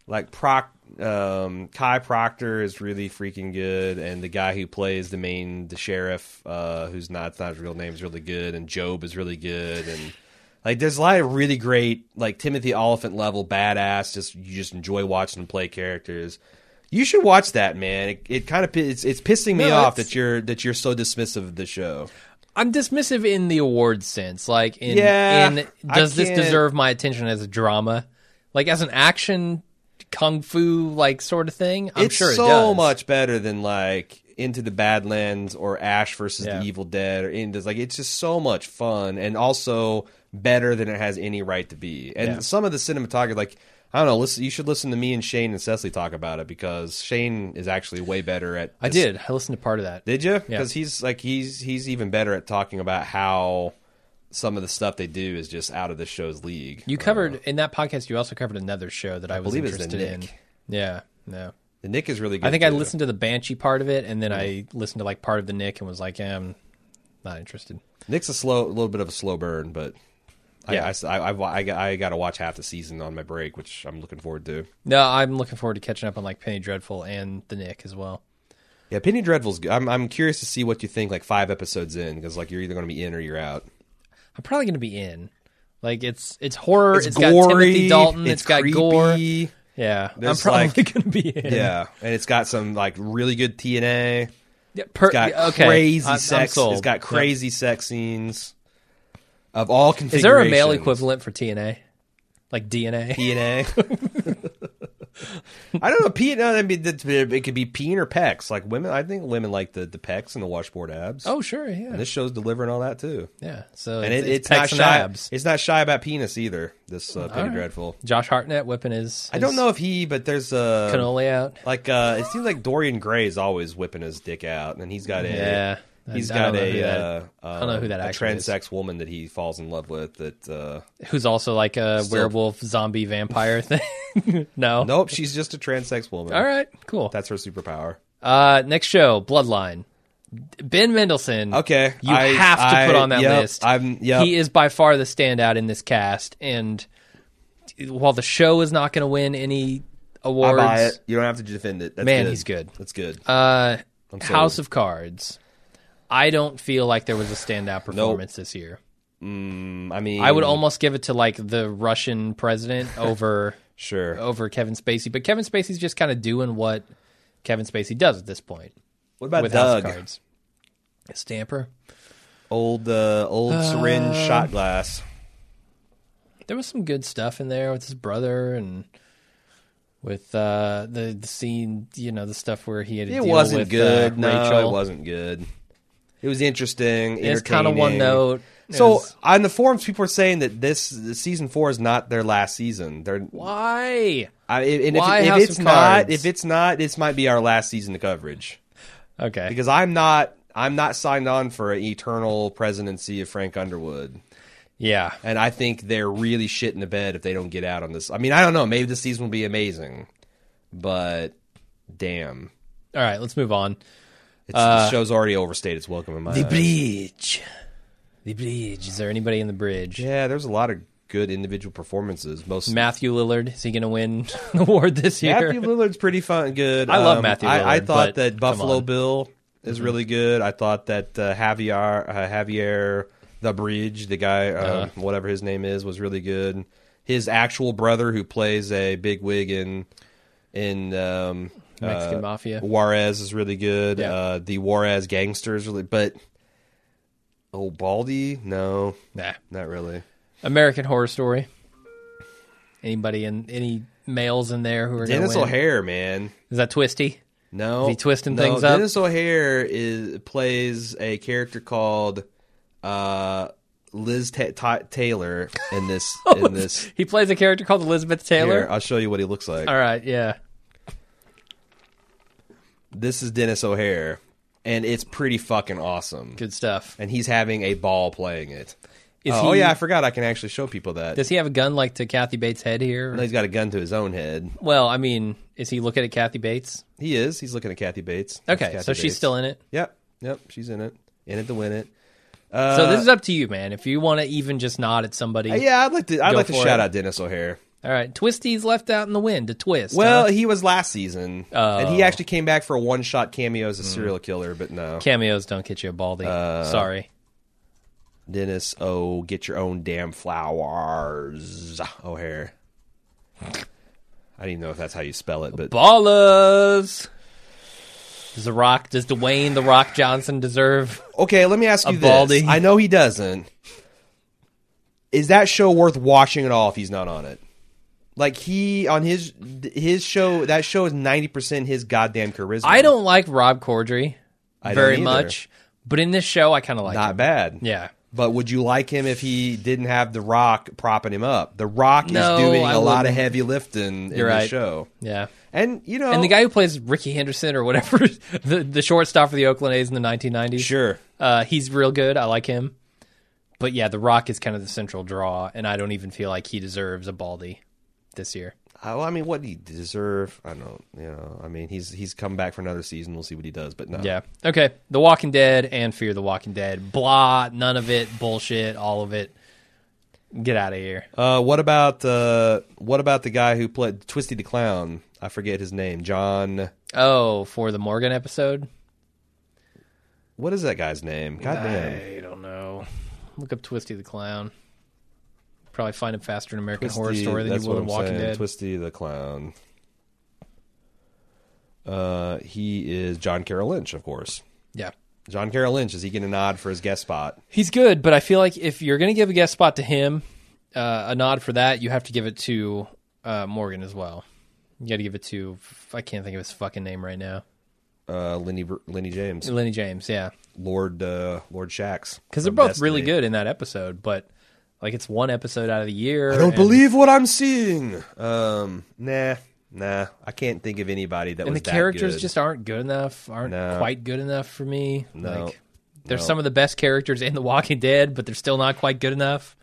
like Proc, um, Kai Proctor is really freaking good, and the guy who plays the main, the sheriff, uh, who's not it's not his real name, is really good, and Job is really good, and like there's a lot of really great like Timothy Oliphant level badass. Just you just enjoy watching him play characters. You should watch that, man. It, it kind of it's it's pissing me
No,
off
it's-
that you're that you're so dismissive of the show.
I'm dismissive in the award sense. Like, in,
Yeah,
in
I
does this
can't-
deserve my attention as a drama? Like, as an action kung fu like sort of thing? I'm
it's
sure it
so
does.
much better than like Into the Badlands or Ash versus
Yeah.
the Evil Dead or Into like it's just so much fun and also better than it has any right to be. And
Yeah.
some of the cinematography, like I don't know, listen, you should listen to me and Shane and Cecily talk about it because Shane is actually way better at.
I did. I listened to part of that.
Did you?
Yeah.
Because he's like he's he's even better at talking about how some of the stuff they do is just out of the show's league.
You covered, in that podcast, you also covered another show that I, was
Uh, believe it's the
interested in.
Nick.
Yeah. No.
the Nick is really good.
I think I
too.
listened to the Banshee part of it, and then I listened to like part of the Nick and was like, eh, I'm not interested.
Nick's a slow, a little bit of a slow burn, but
Yeah.
yeah, I, I, I've- I, got to watch half the season on my break, which I'm looking forward to.
No, I'm looking forward to catching up on like Penny Dreadful and the Nick as well.
Yeah, Penny Dreadful's. good. I'm, I'm curious to see what you think. Like five episodes in, because like you're either going to be in or you're out.
I'm probably going to be in. Like it's it's horror. it's got Timothy Dalton. it's got gore.
creepy.
Yeah,
There's,
I'm probably *laughs*
like-
going to be in.
Yeah, and it's got some like really good TNA.
Yeah, per-
It's got
Er, yeah, okay.
crazy
I'm- I'm
sex.
sold.
it's got
Yeah.
crazy sex scenes of all
Is
configurations.
there a male equivalent for TNA? Like DNA?
PNA. *laughs* I don't know. P. No, I mean, that's- it could be peen or pecs. Like women, I think women like the, the pecs and the washboard abs.
Oh sure, yeah,
and this show's delivering all that too.
yeah. So
And
it's,
it,
it's, pecs
it's, not
and
shy.
abs.
It's not shy about penis either. This uh, Penny
right.
Dreadful.
Josh Hartnett whipping his.
I don't
his
know if he, but there's a
cannoli out.
like uh, it seems like Dorian Gray is always whipping his dick out, and he's got a
Yeah,
he's
I don't
got
know who
a
that-
uh,
I don't know who that
a
actor is.
transex woman that he falls in love with. That uh,
Who's also like a werewolf, zombie, vampire *laughs* thing? no.
nope, she's just a transex woman.
All right. Cool.
that's her superpower.
Uh, next show, Bloodline. Ben Mendelsohn.
Okay,
you
I-
have to
I-
put on that
yep,
list.
I'm- yep.
He is by far the standout in this cast, and while the show is not going to win any
I
awards,
buy it. You don't have to defend it. That's
Man,
good.
he's good.
That's good.
uh,
sold.
House of Cards. I don't feel like there was a standout performance this year.
I mean,
I would almost give it to like the Russian
*laughs*
president over
sure.
over Kevin Spacey, but Kevin Spacey's just kind of doing what Kevin Spacey does at this point
What about
with
Doug?
House of Cards. Stamper.
Old uh, old syringe shot glass.
there was some good stuff in there with his brother and with uh, the the scene, you know, the stuff where he had to
It
deal
wasn't
with,
good.
Uh,
no,
Rachel.
it wasn't good. It was interesting.
It's kinda one
entertaining.
note. It
So
was-
on the forums, people are saying that this this season four is not their last season. They're
Why?
I, and
Why
if, if
House
it's
of
not,
Cards?
if it's not, this might be our last season of coverage
Okay.
because I'm not I'm not signed on for an eternal presidency of Frank Underwood.
yeah.
And I think they're really shit in the bed if they don't get out on this. I mean, I don't know. Maybe this season will be amazing, but damn,
All right, let's move on.
it's, the show's already overstayed its welcome in my eyes.
bridge. The bridge. Is there anybody in the bridge?
Yeah, there's a lot of good individual performances. Most
Matthew Lillard, is he going to win *laughs* an award this year?
Matthew Lillard's pretty fun, good. Um,
I love Matthew
I, I
Lillard,
thought
but
that
come
Buffalo
on. Mm-hmm.
Bill is really good. I thought that uh, Javier uh, Javier the Bridge, the guy, um,
Uh-huh.
whatever his name is, was really good. His actual brother, who plays a big wig in in um,
*laughs* Mexican
uh,
Mafia.
Juarez, is really good.
Yeah.
Uh, the Juarez gangsters, really, but oh, Baldy, no,
Nah.
not really.
American Horror Story. Anybody in any males in there who are going to
Dennis
win?
O'Hare, man.
Is that Twisty?
No,
Is he twisting
no,
things up?
Dennis O'Hare is plays a character called uh, Liz Ta Ta Taylor in
*laughs*
this in this.
He plays a character called Elizabeth Oh, Taylor.
Here, I'll show you what he looks like.
All right, yeah.
This is Dennis O'Hare, and it's pretty fucking awesome.
Good stuff.
And he's having a ball playing it.
Is
Uh, oh
he-
yeah, I forgot I can actually show people that.
Does he have a gun like to Kathy Bates' head here?
No, he's got a gun to his own head.
Well, I mean, is he looking at Kathy Bates?
He is. He's looking at Kathy Bates. That's
Okay,
Kathy
so she's
Bates.
still in it.
Yep, yep. She's in it. In it to win it.
so this is up to you, man. If you want to even just nod at somebody,
Uh, Yeah, I'd like to. I'd
Go
like to
for
shout
it.
out Dennis O'Hare.
All right, Twisty's left out in the wind to twist.
Well,
huh?
he was last season, and
Oh.
he actually came back for a one-shot cameo
Hmm.
as a serial killer. But no,
cameos don't get you a baldy.
uh,
Sorry.
Dennis, oh, get your own damn flowers, O'Hare. I didn't even know if that's how you spell it, but
Ballers. Does the Rock? Does Dwayne the Rock Johnson deserve?
okay. Let me ask you
A baldy.
this: I know he doesn't. Is that show worth watching at all if he's not on it? Like he on his his show, that show is ninety percent his goddamn charisma.
I don't like Rob Corddry
I don't
very
either.
much, but in this show, I kind of like. him.
Not bad.
Yeah.
But would you like him if he didn't have The Rock propping him up? The Rock
No,
is doing
I
a lot of
wouldn't.
heavy lifting in
You're
the
right.
show.
Yeah.
And you know,
And the guy who plays Ricky Henderson or whatever, *laughs* the, the shortstop for the Oakland A's in the 1990s.
sure,
Uh, he's real good. I like him. But yeah, The Rock is kind of the central draw, and I don't even feel like he deserves a Baldy this year.
I, well, I mean, what did he deserve? I don't, you know, I mean, he's he's come back for another season. We'll see what he does. But no,
Yeah. Okay. The Walking Dead and Fear the Walking Dead. Blah. None of it. Bullshit. All of it. Get out of here.
Uh, what about uh, what about the guy who played Twisty the Clown? I forget his name. John.
Oh, for the Morgan episode?
What is that guy's name? God damn.
I don't know. Look up Twisty the Clown. Probably find him faster in American Horror
Twisty-
Story than
that's
you will
what
in
I'm
Walking
saying,
Dead.
Twisty the Clown. Uh, he is John Carroll Lynch, of course.
yeah.
John Carroll Lynch, is he getting a nod for his guest spot?
He's good, but I feel like if you're going to give a guest spot to him, uh, a nod for that, you have to give it to uh, Morgan as well. You got to give it to, I can't think of his fucking name right now.
Uh, Lenny Lenny James,
Lenny James, yeah.
Lord uh, Lord Shax,
Because they're both really good in that episode, but like it's one episode out of the year.
I don't
and-
believe what I'm seeing. Um, nah, nah, I can't think of anybody that
And the
was that
characters
good.
just aren't good enough, aren't
No.
quite good enough for me.
No.
Like they're
No.
some of the best characters in The Walking Dead, but they're still not quite good enough.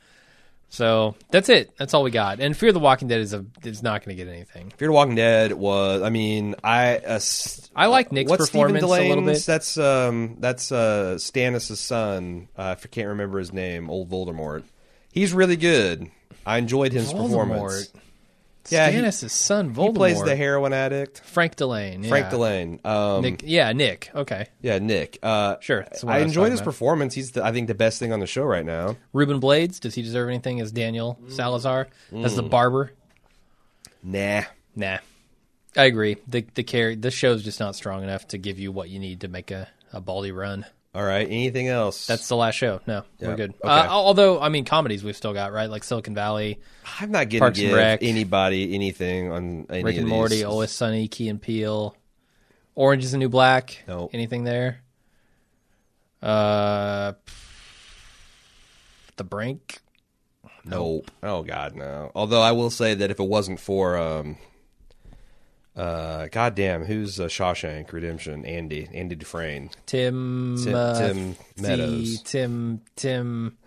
So that's it. That's all we got. And Fear the Walking Dead is a is not going to get anything.
Fear the Walking Dead was. I mean, I uh, s-
I like Nick's
what's Stephen
performance a little
Delane's?
bit.
That's um, that's uh, Stannis' son. Uh, if I can't remember his name, old Voldemort. He's really good. I enjoyed his performance. Yeah, he-
Stannis' son Voldemort.
He plays the heroin addict,
Frank Delane.
Frank
yeah.
Delane. Um,
Nick, yeah, Nick. Okay.
Yeah, Nick. Uh,
Sure, that's what
I,
I was
enjoyed
talking
his
about.
performance. He's, the, I think, the best thing on the show right now.
Ruben Blades. Does he deserve anything as Daniel
Mm.
Salazar? As the barber?
Nah.
Nah, I agree. The the care this show's just not strong enough to give you what you need to make a a baldy run.
All right. Anything else?
That's the last show. No,
Yeah,
we're good.
okay.
Uh, although I mean, comedies we've still got right, like Silicon Valley,
I'm not going to
Parks and
give
Rec.
anybody anything on any
Rick
of
and
these.
Morty, Always Sunny, Key and Peele, Orange Is the New Black.
Nope.
anything there? Uh, the Brink.
Nope. Oh God, no. Although I will say that if it wasn't for um, uh, goddamn, who's uh, Shawshank Redemption? Andy, Andy Dufresne,
Tim,
Tim,
uh,
Tim
the-
Meadows.
Tim, Tim,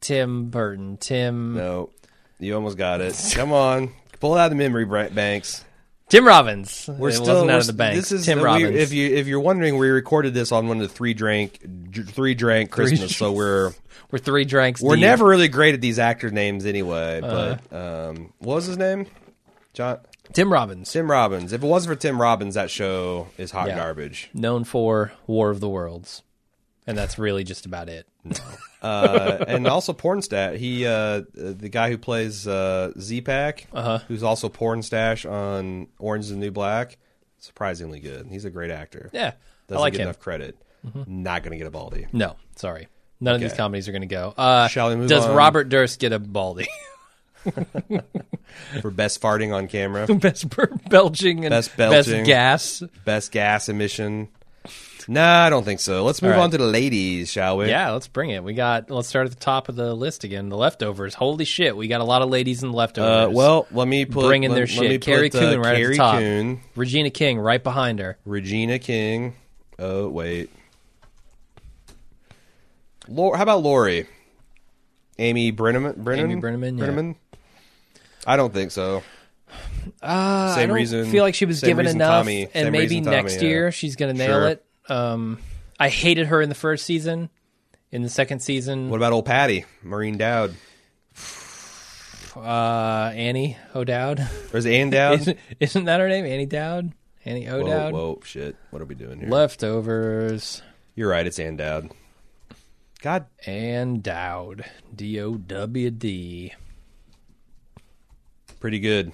Tim Burton, Tim,
No, you almost got it. *laughs* Come on, pull it out of the memory bra- banks.
Tim Robbins.
We're
it
still
wasn't
we're
out of the
st-
bank.
This is
Tim
we-
Robbins.
If you if you're wondering, we recorded this on one of the three drank dr- three drank Christmas,
*laughs*
so we're
we're three drinks.
we're
deep.
never really great at these actor names anyway. But
Uh-huh.
um, what was his name? John
Tim Robbins,
Tim Robbins. If it wasn't for Tim Robbins, that show is hot
Yeah.
garbage.
known for War of the Worlds, and that's really just about it.
uh, and also Pornstat. He, uh, the guy who plays uh, Z-Pack,
Uh-huh.
who's also Pornstash on Orange is the New Black, surprisingly good. He's a great actor.
Yeah,
doesn't
I like him. Mm-hmm.
get enough credit. Not going to get a Baldy.
No, sorry, none of these
Okay.
comedies are going to go. Uh,
Shall we move
does
on?
Robert Durst get a baldy? *laughs*
For best farting on camera, *laughs*
best bur- belching and
Best
best,
belching.
gas.
best gas emission. Nah, I don't think so. Let's move
All right.
on to the ladies, shall we?
Yeah, let's bring it. We got. Let's start at the top of the list again. The leftovers. Holy shit, we got a lot of ladies in the
Uh,
leftovers.
well, let me put
bringing
let,
their
let me
shit. Carrie
put, uh,
Coon right at
Carrie
the top.
Coon,
Regina King right behind her.
Regina King. Oh wait, Lor- how about Lori? Amy Brenneman. Brennan?
Amy Brenneman, yeah.
Brenneman? I don't think so.
Uh,
Same
I don't
reason-
feel like she was
same
given
reason
enough,
Tommy-
and
same
maybe
reason Tommy,
next
yeah.
year she's gonna nail
Sure.
it. Um, I hated her in the first season. In the second season,
What about old Patty Marine Dowd?
uh, Annie O'Dowd *laughs*
Or is it Ann Dowd?
isn't, isn't that her name? Annie Dowd, Annie
whoa,
O'Dowd.
whoa, shit! What are we doing here?
Leftovers
You're right. It's Ann Dowd. God,
and Dowd, D O W D.
pretty good.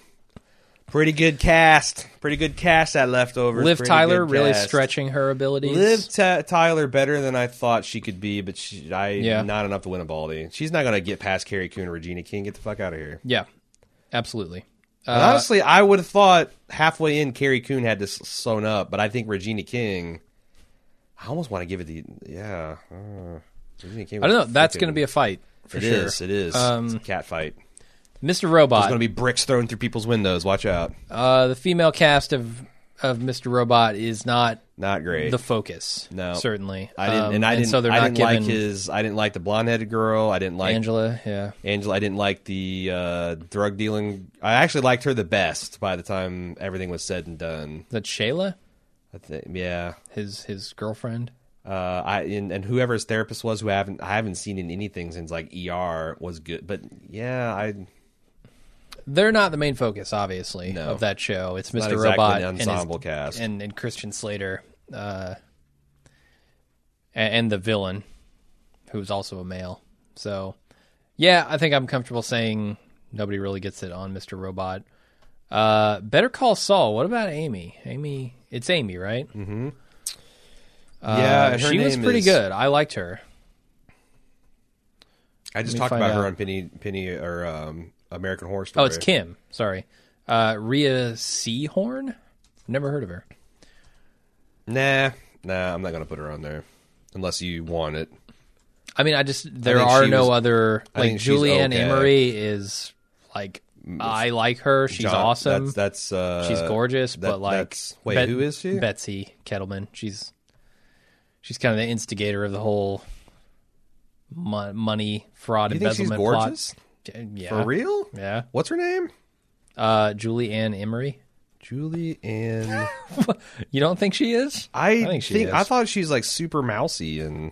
Pretty good cast. Pretty good cast that leftovers.
Liv
Pretty
Tyler
good
really
cast.
stretching her abilities.
Liv Ty Tyler better than I thought she could be, but she, I
Yeah.
not enough to win a Baldy. She's not gonna get past Carrie Coon and Regina King. Get the fuck out of here.
yeah, absolutely.
And honestly, I would have thought halfway in Carrie Coon had this sewn up, but I think Regina King. I almost want to give it the yeah. uh, Regina King.
I don't know. That's going to be a fight for
It
sure. Um,
is, It is. it's a cat fight.
Mr.
There's
Robot.
going to be bricks thrown through people's windows. Watch out.
uh, the female cast of of Mr. Robot is not
Not great.
the focus.
No.
certainly.
I didn't,
Um,
and I didn't.
so they're
I
not
didn't
giving
like his. I didn't like the blonde-headed girl. I didn't like
Angela. Yeah,
Angela, I didn't like the uh, drug dealing. I actually liked her the best by the time everything was said and done.
is that Shayla,
I think, yeah.
his his girlfriend.
Uh, I and, and whoever his therapist was, who I haven't I haven't seen in anything since like ER was good. But yeah, I
They're not the main focus, obviously,
No.
of that show. It's Mr.
not exactly
Robot
an
and his-
ensemble cast.
and and Christian Slater, uh, a- and, the villain, who's also a male. So, yeah, I think I'm comfortable saying nobody really gets it on Mr. Robot. Uh, Better Call Saul. What about Amy? Amy, it's Amy, right?
yeah,
Uh,
her
she was
name
pretty
is-
good. I liked her.
I just
me
talked
find
about her
out.
on Penny Penny or um, American Horror Story.
Oh, it's Kim. Sorry, uh, Rhea Seahorn. Never heard of her.
Nah, nah, I'm not gonna put her on there unless you want it.
I mean, I just there
think
are
she
no
was-
other
I
like
think she's
Julianne
okay.
Emery is like I like her. She's
John-
awesome.
That's, that's uh,
she's gorgeous,
that-
but like
that's- wait,
Bet-
who is she?
Betsy Kettleman. She's she's kind of the instigator of the whole mo- money fraud
You think she's
embezzlement
gorgeous
plot. Yeah,
for real?
Yeah,
What's her name?
uh, Julianne Emery.
Julie and
*laughs* You don't think she is
I, think,
think she is.
I thought she's like super mousy and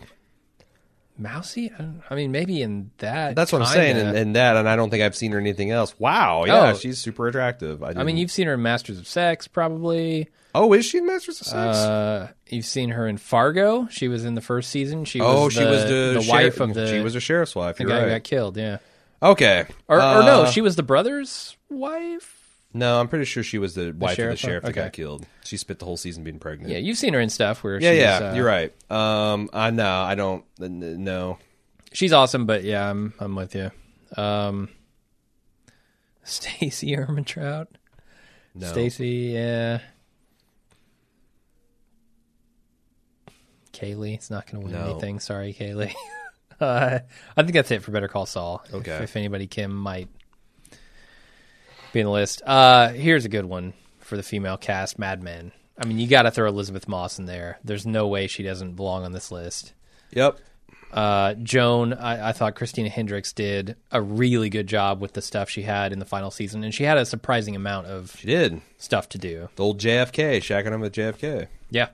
mousy? I, don't- I mean, maybe in that.
that's what I'm
kinda.
saying and, and that and I don't think I've seen her in anything else. Wow, yeah,
Oh.
she's super attractive. I,
I mean,
didn't-
you've seen her in Masters of Sex, probably.
oh, is she in Masters of Sex?
Uh, you've seen her in Fargo. She was in the first season. She was
oh,
the,
she was the,
the
sheriff-
wife of the
she was a sheriff's wife.
the
You're
guy who
right.
got killed. Yeah,
Okay,
or, or no,
Uh,
she was the brother's wife.
no, I'm pretty sure she was the wife of the
sheriff?
sheriff that got
Okay.
killed. She spent the whole season being pregnant.
Yeah, you've seen her in stuff where
yeah,
she's,
yeah,
uh,
you're right. Um, I no, I don't. n- n- No,
She's awesome, but yeah, I'm I'm with you. Um, *laughs* Stacy Ermintrout,
no.
Stacy, yeah. Kaylee. It's not going to win
No.
anything. Sorry, Kaylee. *laughs* uh, I think that's it for Better Call Saul. If-
Okay.
If, anybody, Kim might be in the list. Uh, here's a good one for the female cast Mad Men. I mean, you got to throw Elizabeth Moss in there. There's no way she doesn't belong on this list.
Yep.
Uh, Joan, I, I thought Christina Hendricks did a really good job with the stuff she had in the final season, and she had a surprising amount of
She did.
stuff to do.
The old JFK, shacking him with JFK.
Yeah.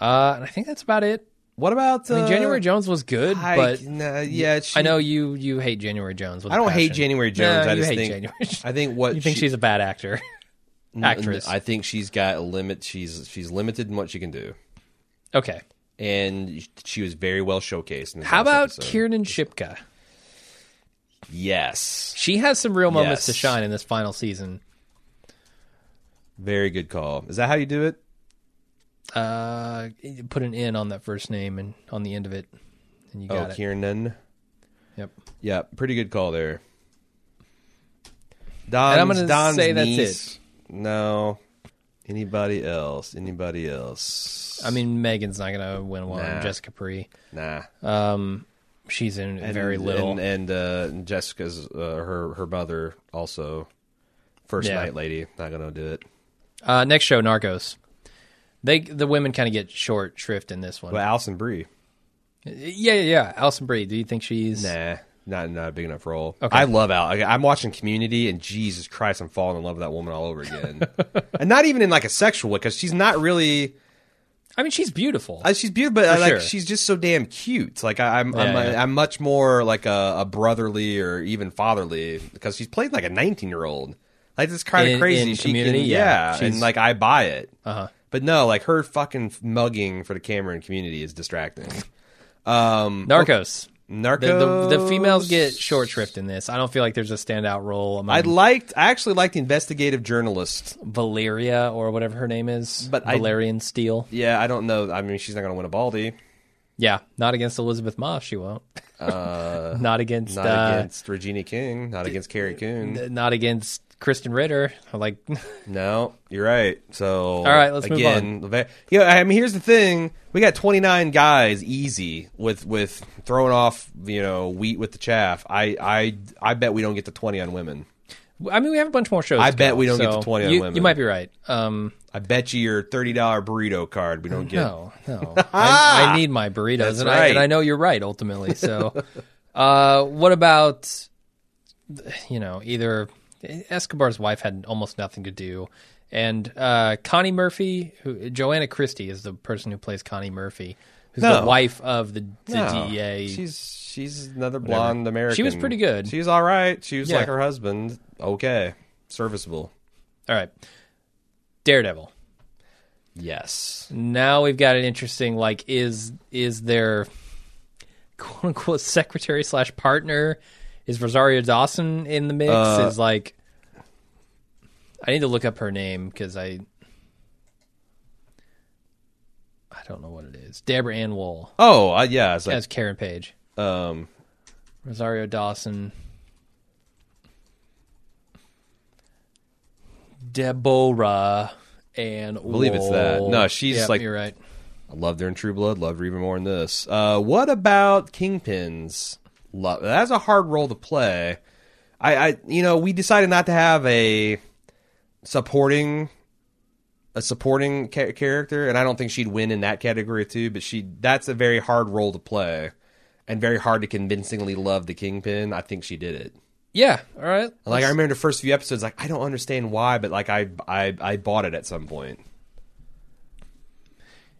Uh, and I think that's about it.
What about
I mean,
uh,
January Jones was good,
I,
but
nah, yeah, she,
I know you you hate January Jones. With
I
a
don't hate
passion.
January Jones.
No,
I
you
just
hate
think
January. *laughs*
I think what
you think
she-
she's a bad actor, *laughs* actress.
I think she's got a limit. She's she's limited in what she can do,
okay.
and she was very well showcased. In this
How
last
about
episode.
Kiernan Shipka?
Yes,
She has some real moments to
Yes.
shine in this final season.
very good call. Is that how you do it?
Uh, put an N on that first name and on the end of it, and you got
oh,
it.
Kiernan.
Yep.
Yeah, pretty good call there. Don's,
I'm gonna
Don's
say that's
niece. No, anybody else? Anybody else?
I mean, Megan's not gonna win one.
Nah.
Jessica Pri,
nah.
um, she's in
And-
very little.
And, and uh, Jessica's uh, her her mother also first
Yeah.
night lady. Not gonna do it.
Uh, next show, Narcos. They the women kind of get short shrift in this one.
But Alison Brie.
Yeah, yeah, yeah. Alison Brie, do you think she's?
Nah, not not a big enough role.
Okay.
I love Al. I- I'm watching Community, and Jesus Christ, I'm falling in love with that woman all
*laughs*
over again. and not even in like a sexual way, because she's not really.
I mean, she's beautiful.
uh, She's beautiful, but I,
For
like
sure.
she's just so damn cute. Like I, I'm, I'm,
Yeah, yeah.
I'm much more like a, a brotherly or even fatherly because she's played like a 19 year old. Like it's kind
In-
of crazy.
in
she
Community?
can,
Yeah,
yeah,
she's-
and like I buy it. Uh-huh. But no, like her fucking mugging for the camera in Community is distracting.
Narcos.
Narcos.
The, the, the females get short shrift in this. I don't feel like there's a standout role among
I liked. I actually liked the investigative journalist.
Valeria or whatever her name is.
But I-
Valerian Steele.
Yeah, I don't know. I mean, she's not going to win a Baldy.
Yeah, not against Elizabeth Moss, she won't. *laughs* not against.
Not
uh,
against Regina King. Not against Carrie Coon.
Not against Kristen Ritter. Like, *laughs*
no, you're right. So all
right, let's move
again, move on. Yeah, I mean, here's the thing: we got 29 guys easy with with throwing off you know wheat with the chaff. I I I bet we don't get to 20 on women.
I mean, we have a bunch more shows.
I
to
bet
go,
we don't get
so
to 20 on
you,
women.
You might be right. Um,
I bet you your 30 dollar burrito card we don't get.
No,
*laughs*
no. I, I need my burritos,
Ah! That's
and, I, and
right.
I know you're right ultimately. So, *laughs* uh, what about you know either Escobar's wife had almost nothing to do, and uh, Connie Murphy, who Joanna Christie is the person who plays Connie Murphy, who's
No.
the wife of the, the
No.
DEA.
She's she's another blonde American.
E She was pretty good.
She was all right. She was
Yeah.
like her husband. Okay, serviceable.
All right, Daredevil.
Yes.
now we've got an interesting like is is their quote unquote *laughs* secretary slash partner is Rosario Dawson in the mix is like I need to look up her name because I I don't know what it is Deborah Ann Wool
Oh uh, yeah. It's like
as Karen Page
um
Rosario Dawson Deborah Ann Wool.
believe it's that. No, she's
Yep,
like-
you're right
I loved her in True Blood. Loved her even more in this. Uh, what about Kingpin's? Love that's a hard role to play. I, I you know we decided not to have a supporting a supporting ca- character, and I don't think she'd win in that category too. But she that's a very hard role to play, and very hard to convincingly love the Kingpin. I think she did it.
yeah all right
Like I remember the first few episodes, like I don't understand why, but like I I I bought it at some point.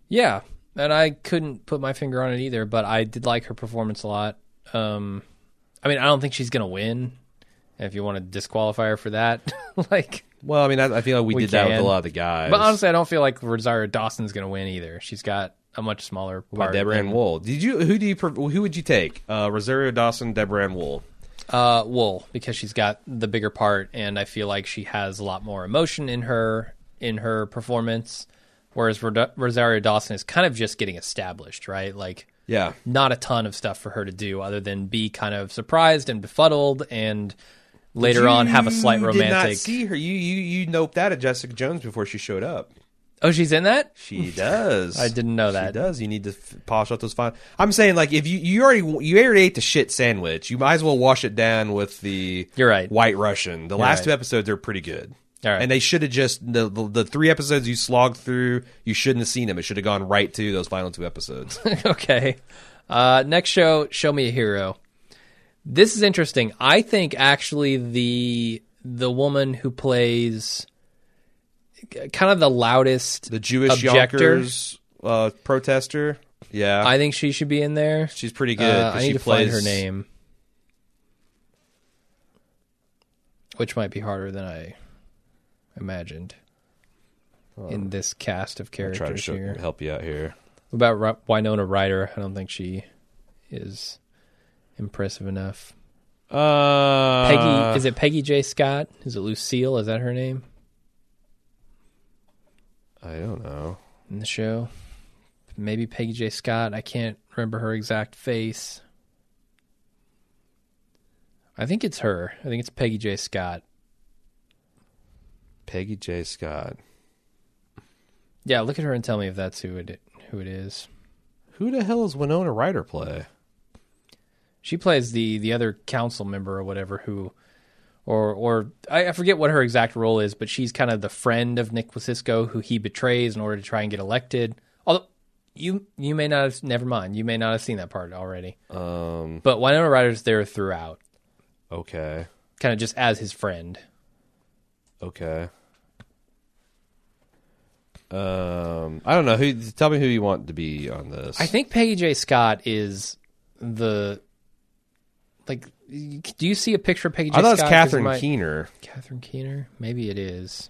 Yeah, and I couldn't put my finger on it either, but I did like her performance a lot. Um, I mean, I don't think she's gonna win. If you want to disqualify her for that, *laughs* like,
Well, I mean, I, I feel like we,
We
did that with
can.
a lot of the guys.
but honestly, I don't feel like Rosario Dawson's gonna win either. She's got a much smaller
By
part.
Deborah
than-
Ann Wool. Did you who do you pre- who would you take? Uh, Rosario Dawson, Deborah Ann Wool.
uh, Wool, because she's got the bigger part, and I feel like she has a lot more emotion in her in her performance. Whereas Ro- Rosario Dawson is kind of just getting established, right? Like,
Yeah,
not a ton of stuff for her to do other than be kind of surprised and befuddled and later on have a slight
You Did not
romantic
see her. You you you noped out at Jessica Jones before she showed up.
Oh, she's in that.
*laughs* She does.
I didn't know that.
She does. You need to f- polish up those fine. I'm saying like if you you already you already ate the shit sandwich, you might as well wash it down with the
You're right.
White Russian. The last
right.
two episodes are pretty good.
All right.
And they should have just the, the the three episodes you slogged through, you shouldn't have seen them. It should have gone right to those final two episodes.
*laughs* okay. Uh, next show, Show Me a Hero. This is interesting. I think actually the the woman who plays k- kind of the loudest,
The Jewish
objector,
Yonkers uh, protester. Yeah.
I think she should be in there.
She's pretty good.
Uh,
'cause
I
she
need to find
plays
her name, which might be harder than I imagined in this cast of
I'll
characters
Try to show,
here.
help you out here.
What about Ri- Winona Ryder? I don't think she is impressive enough.
Uh,
Peggy is it Peggy J. Scott? Is it Lucille? Is that her name
I don't know.
in the show? Maybe Peggy J. Scott. I can't remember her exact face. I think it's her. I think it's Peggy J. Scott.
Peggy J. Scott.
Yeah, look at her and tell me if that's who it who it is.
Who the hell is Winona Ryder play?
She plays the the other council member or whatever who, or or I, I forget what her exact role is, but she's kind of the friend of Nick Wasisco who he betrays in order to try and get elected. Although you you may not have never mind you may not have seen that part already. Um, but Winona Ryder's there throughout,
Okay.
kind of just as his friend.
Okay. Um, I don't know who. Tell me who you want to be on this.
I think Peggy J. Scott is the like. y- Do you see a picture of Peggy J.
I thought
Scott?
it's
'Cause
Catherine
my-
Keener.
Catherine Keener? Maybe it is.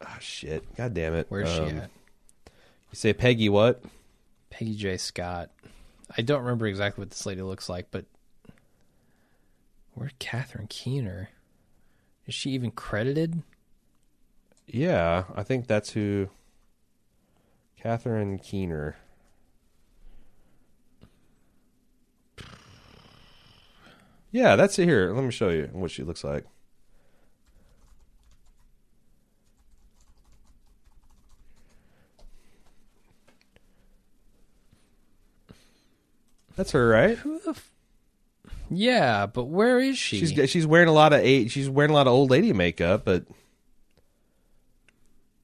Oh shit! God damn it!
Where's
Um,
she at?
You say Peggy what?
Peggy J. Scott. I don't remember exactly what this lady looks like, but where's Catherine Keener? Is she even credited?
Yeah, I think that's who. Catherine Keener. Yeah, that's it. Here, let me show you what she looks like. That's her, right?
Yeah, but where is she?
She's got- she's wearing a lot of eight. She's wearing a lot of old lady makeup, but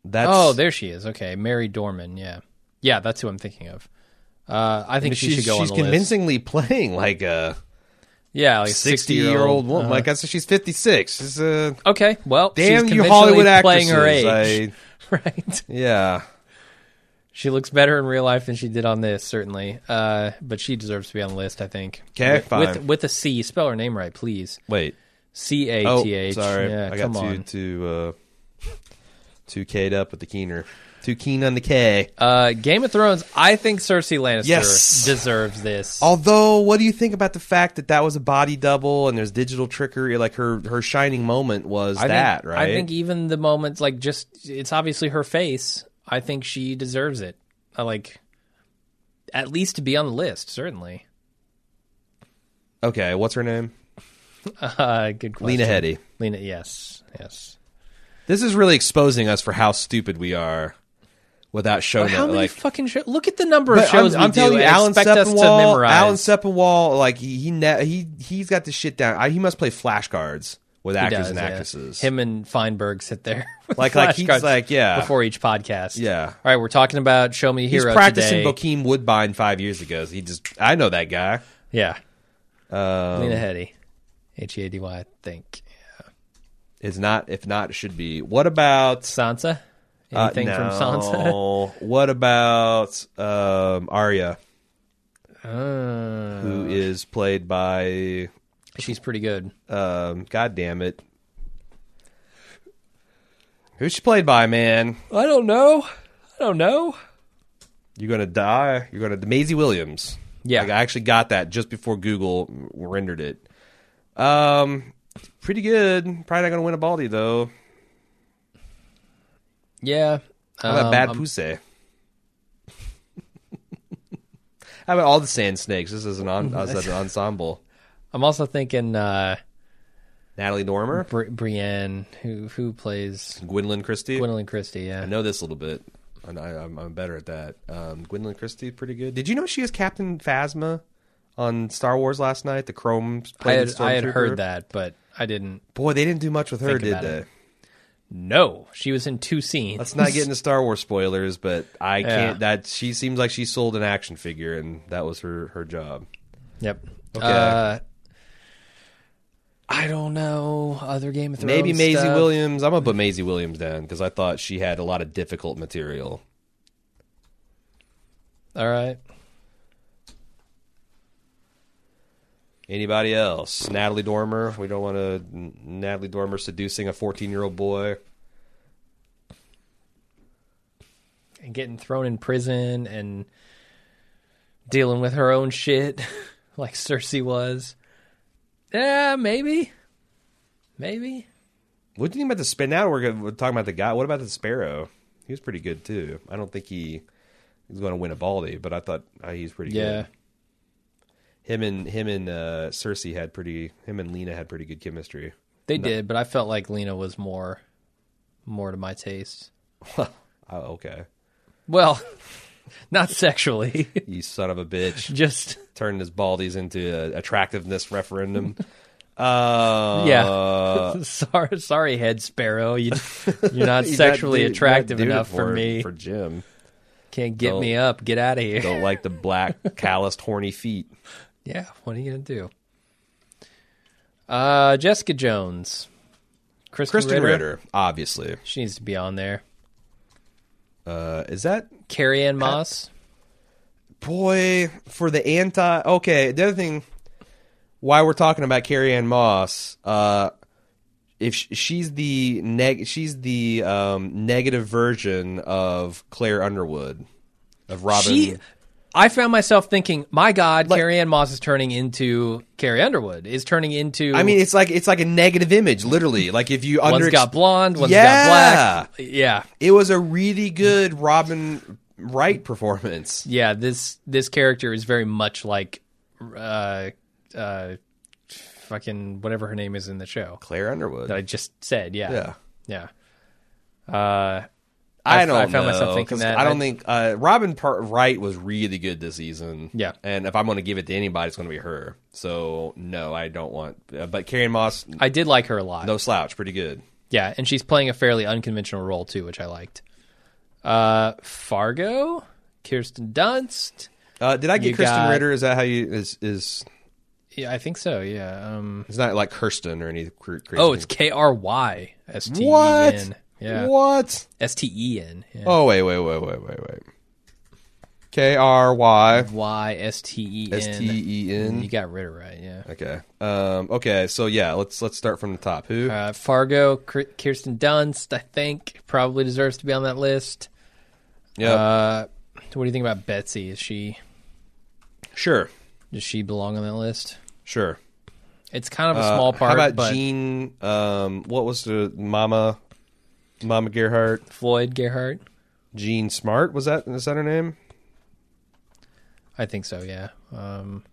that's
oh, there she is. Okay, Mary Dorman. Yeah, yeah, that's who I'm thinking of. Uh, I think she
she's,
should go
she's
on the list.
convincingly playing like a
Yeah, like
60 year old woman.
uh-huh.
Like I said, she's 56. She's a
Uh, okay, well,
damn
she's
you
convincingly
Hollywood
playing
actress.
her age, *laughs* right?
yeah.
She looks better in real life than she did on this, certainly. Uh, but she deserves to be on the list, I think.
Okay,
with, with-
fine.
with a C, spell her name right, please.
Wait.
C A
Oh,
T H.
sorry.
Yeah,
I
come
got too
on.
too uh, too k'd up with the keener. Too keen on the K.
Uh, Game of Thrones. I think Cersei Lannister
Yes.
deserves this.
Although, what do you think about the fact that that was a body double and there's digital trickery? Like her her shining moment was
I think-
that, right?
I think even the moments like just it's obviously her face. I think she deserves it. I like at least to be on the list, certainly. *laughs*
Okay, what's her name?
Uh, good question.
Lena Headey.
Lena, yes, yes.
This is really exposing us for how stupid we are without showing
But how
that,
many
like
fucking shows? Look at the number of
But
shows
I'm,
we
I'm
do
telling you,
and
Alan
expect us to
Sepinwall,
memorize.
Alan Sepinwall, like he he ne- he he's got this shit down. I, he must play flashcards with
He
actors
does,
and
yeah.
actresses.
Him and Feinberg sit there. *laughs* with
Like- like he's
flashcards
like, yeah.
before each podcast.
Yeah.
All right, we're talking about Show Me a
he's
Hero
practicing
today.
Bokeem Woodbine five years ago. He just I know that guy.
yeah.
Um,
Lena Headey, H E A D Y. I think
Is not if not it should be. What about
Sansa.
uh,
Anything from
no.
Sansa?
*laughs* what about um, Arya,
*laughs* Uh,
who is played by
she's pretty good.
um, God damn it, who's she played by, man?
I don't know. I don't know.
You're gonna die. You're gonna Maisie Williams.
Yeah.
Like, I actually got that just before Google rendered it. Um, pretty good. Probably not gonna win a Baldy though.
Yeah.
How about
Um,
Bad
um,
Pussy? *laughs* How about all the Sand Snakes? This is an, on, this
*laughs*
is an ensemble.
I'm also thinking uh,
Natalie Dormer,
Bri- Brienne, who who plays
Gwendolyn Christie.
Gwendolyn Christie.
I
Yeah.
know this little bit. and I, I'm, I'm better at that. Um, Gwendolyn Christie, pretty good. Did you know she is Captain Phasma on Star Wars last night? The Chrome.
I had, I had
Stormtrooper?
heard that, but I didn't.
Boy, they didn't do much with her,
Think
did
about
they?
it. No, she was in two scenes.
*laughs* Let's not
*laughs*
get into Star Wars spoilers, but I
Yeah.
can't. That she seems like she sold an action figure, and that was her her job.
Yep.
Okay.
Uh, I don't know other Game of Thrones.
Maybe Maisie
stuff.
Williams. I'm gonna put Maisie Williams down because I thought she had a lot of difficult material.
All right.
Anybody else? Natalie Dormer. We don't want to Natalie Dormer seducing a 14 year old boy.
And getting thrown in prison and dealing with her own shit, *laughs* like Cersei was. Yeah, maybe. Maybe.
What do you think about the spin? Now we're, gonna, we're talking about the guy. What about the Sparrow? He was pretty good too. I don't think he he's going to win a Baldy, but I thought uh, he's pretty
Yeah.
good. Him and him and uh, Cersei had pretty. Him and Lena had pretty good chemistry.
They did, but I felt like Lena was more, more to my taste.
Oh, okay,
Well, *laughs* not sexually, *laughs*
you son of a bitch.
just
Turning his baldies into a
*laughs*
attractiveness referendum. Uh,
yeah. *laughs*
*laughs*
sorry, sorry, head sparrow. You, you're
*laughs*
not sexually
You're not do-
attractive
you're not
enough
doing it
for, me.
for Jim.
Can't get
Don't-
me up. Get out of here.
Don't like the black calloused horny feet.
*laughs* Yeah, what are you gonna do? Uh, Jessica Jones, Kristen,
Kristen
Ritter.
Ritter, obviously.
She needs to be on there.
Uh, is that
Carrie Ann Moss.
boy for the anti? Okay, the other thing, why we're talking about Carrie Ann Moss, uh, if sh- she's the neg, she's the um, negative version of Claire Underwood, of Robin.
She. I found myself thinking, my God, Carrie Ann Moss is turning into Carrie Underwood. Is turning into.
I mean, it's like it's like a negative image, literally. Like if you
one's
under
got blonde, one's
Yeah.
got black. Yeah,
it was a really good Robin Wright performance.
yeah. This this character is very much like, uh, uh, fucking whatever her name is in the show
Claire Underwood.
that I just said.
yeah.
yeah, yeah. Uh,
I
I
don't.
found myself
know,
thinking
'cause
that.
I don't
I-
think uh, Robin Par- Wright was really good this season.
Yeah.
and if I'm going to give it to anybody, it's going to be her. So no, I don't want. Uh, but Karen Moss,
I did like her a lot.
no slouch, pretty good.
Yeah, and she's playing a fairly unconventional role too, which I liked. Uh, Fargo, Kirsten Dunst.
Uh, did I get
You
Kristen
got-
Ritter? Is that how you is is
Yeah, I think so. Yeah. Um,
it's not like Kirsten or any cr- crazy?
oh, it's K R Y S T E N.
what?
Yeah.
What?
S T E N. Yeah.
Oh wait wait wait wait wait wait. K R Y
Y S T E N.
S T E
You
N.
got Ritter right. Yeah.
Okay. Um. Okay. So yeah, let's let's start from the top. Who?
Uh, Fargo, Kir- Kirsten Dunst. I think probably deserves to be on that list.
yeah.
Uh, what do you think about Betsy? Is she
sure.
does she belong on that list?
Sure.
It's kind of a
Uh,
small part.
How about
but
Jean? Um, what was the Mama? Mama Gerhart.
Floyd Gerhardt?
Jean Smart was that? Is that her name?
I think so. Yeah. Um,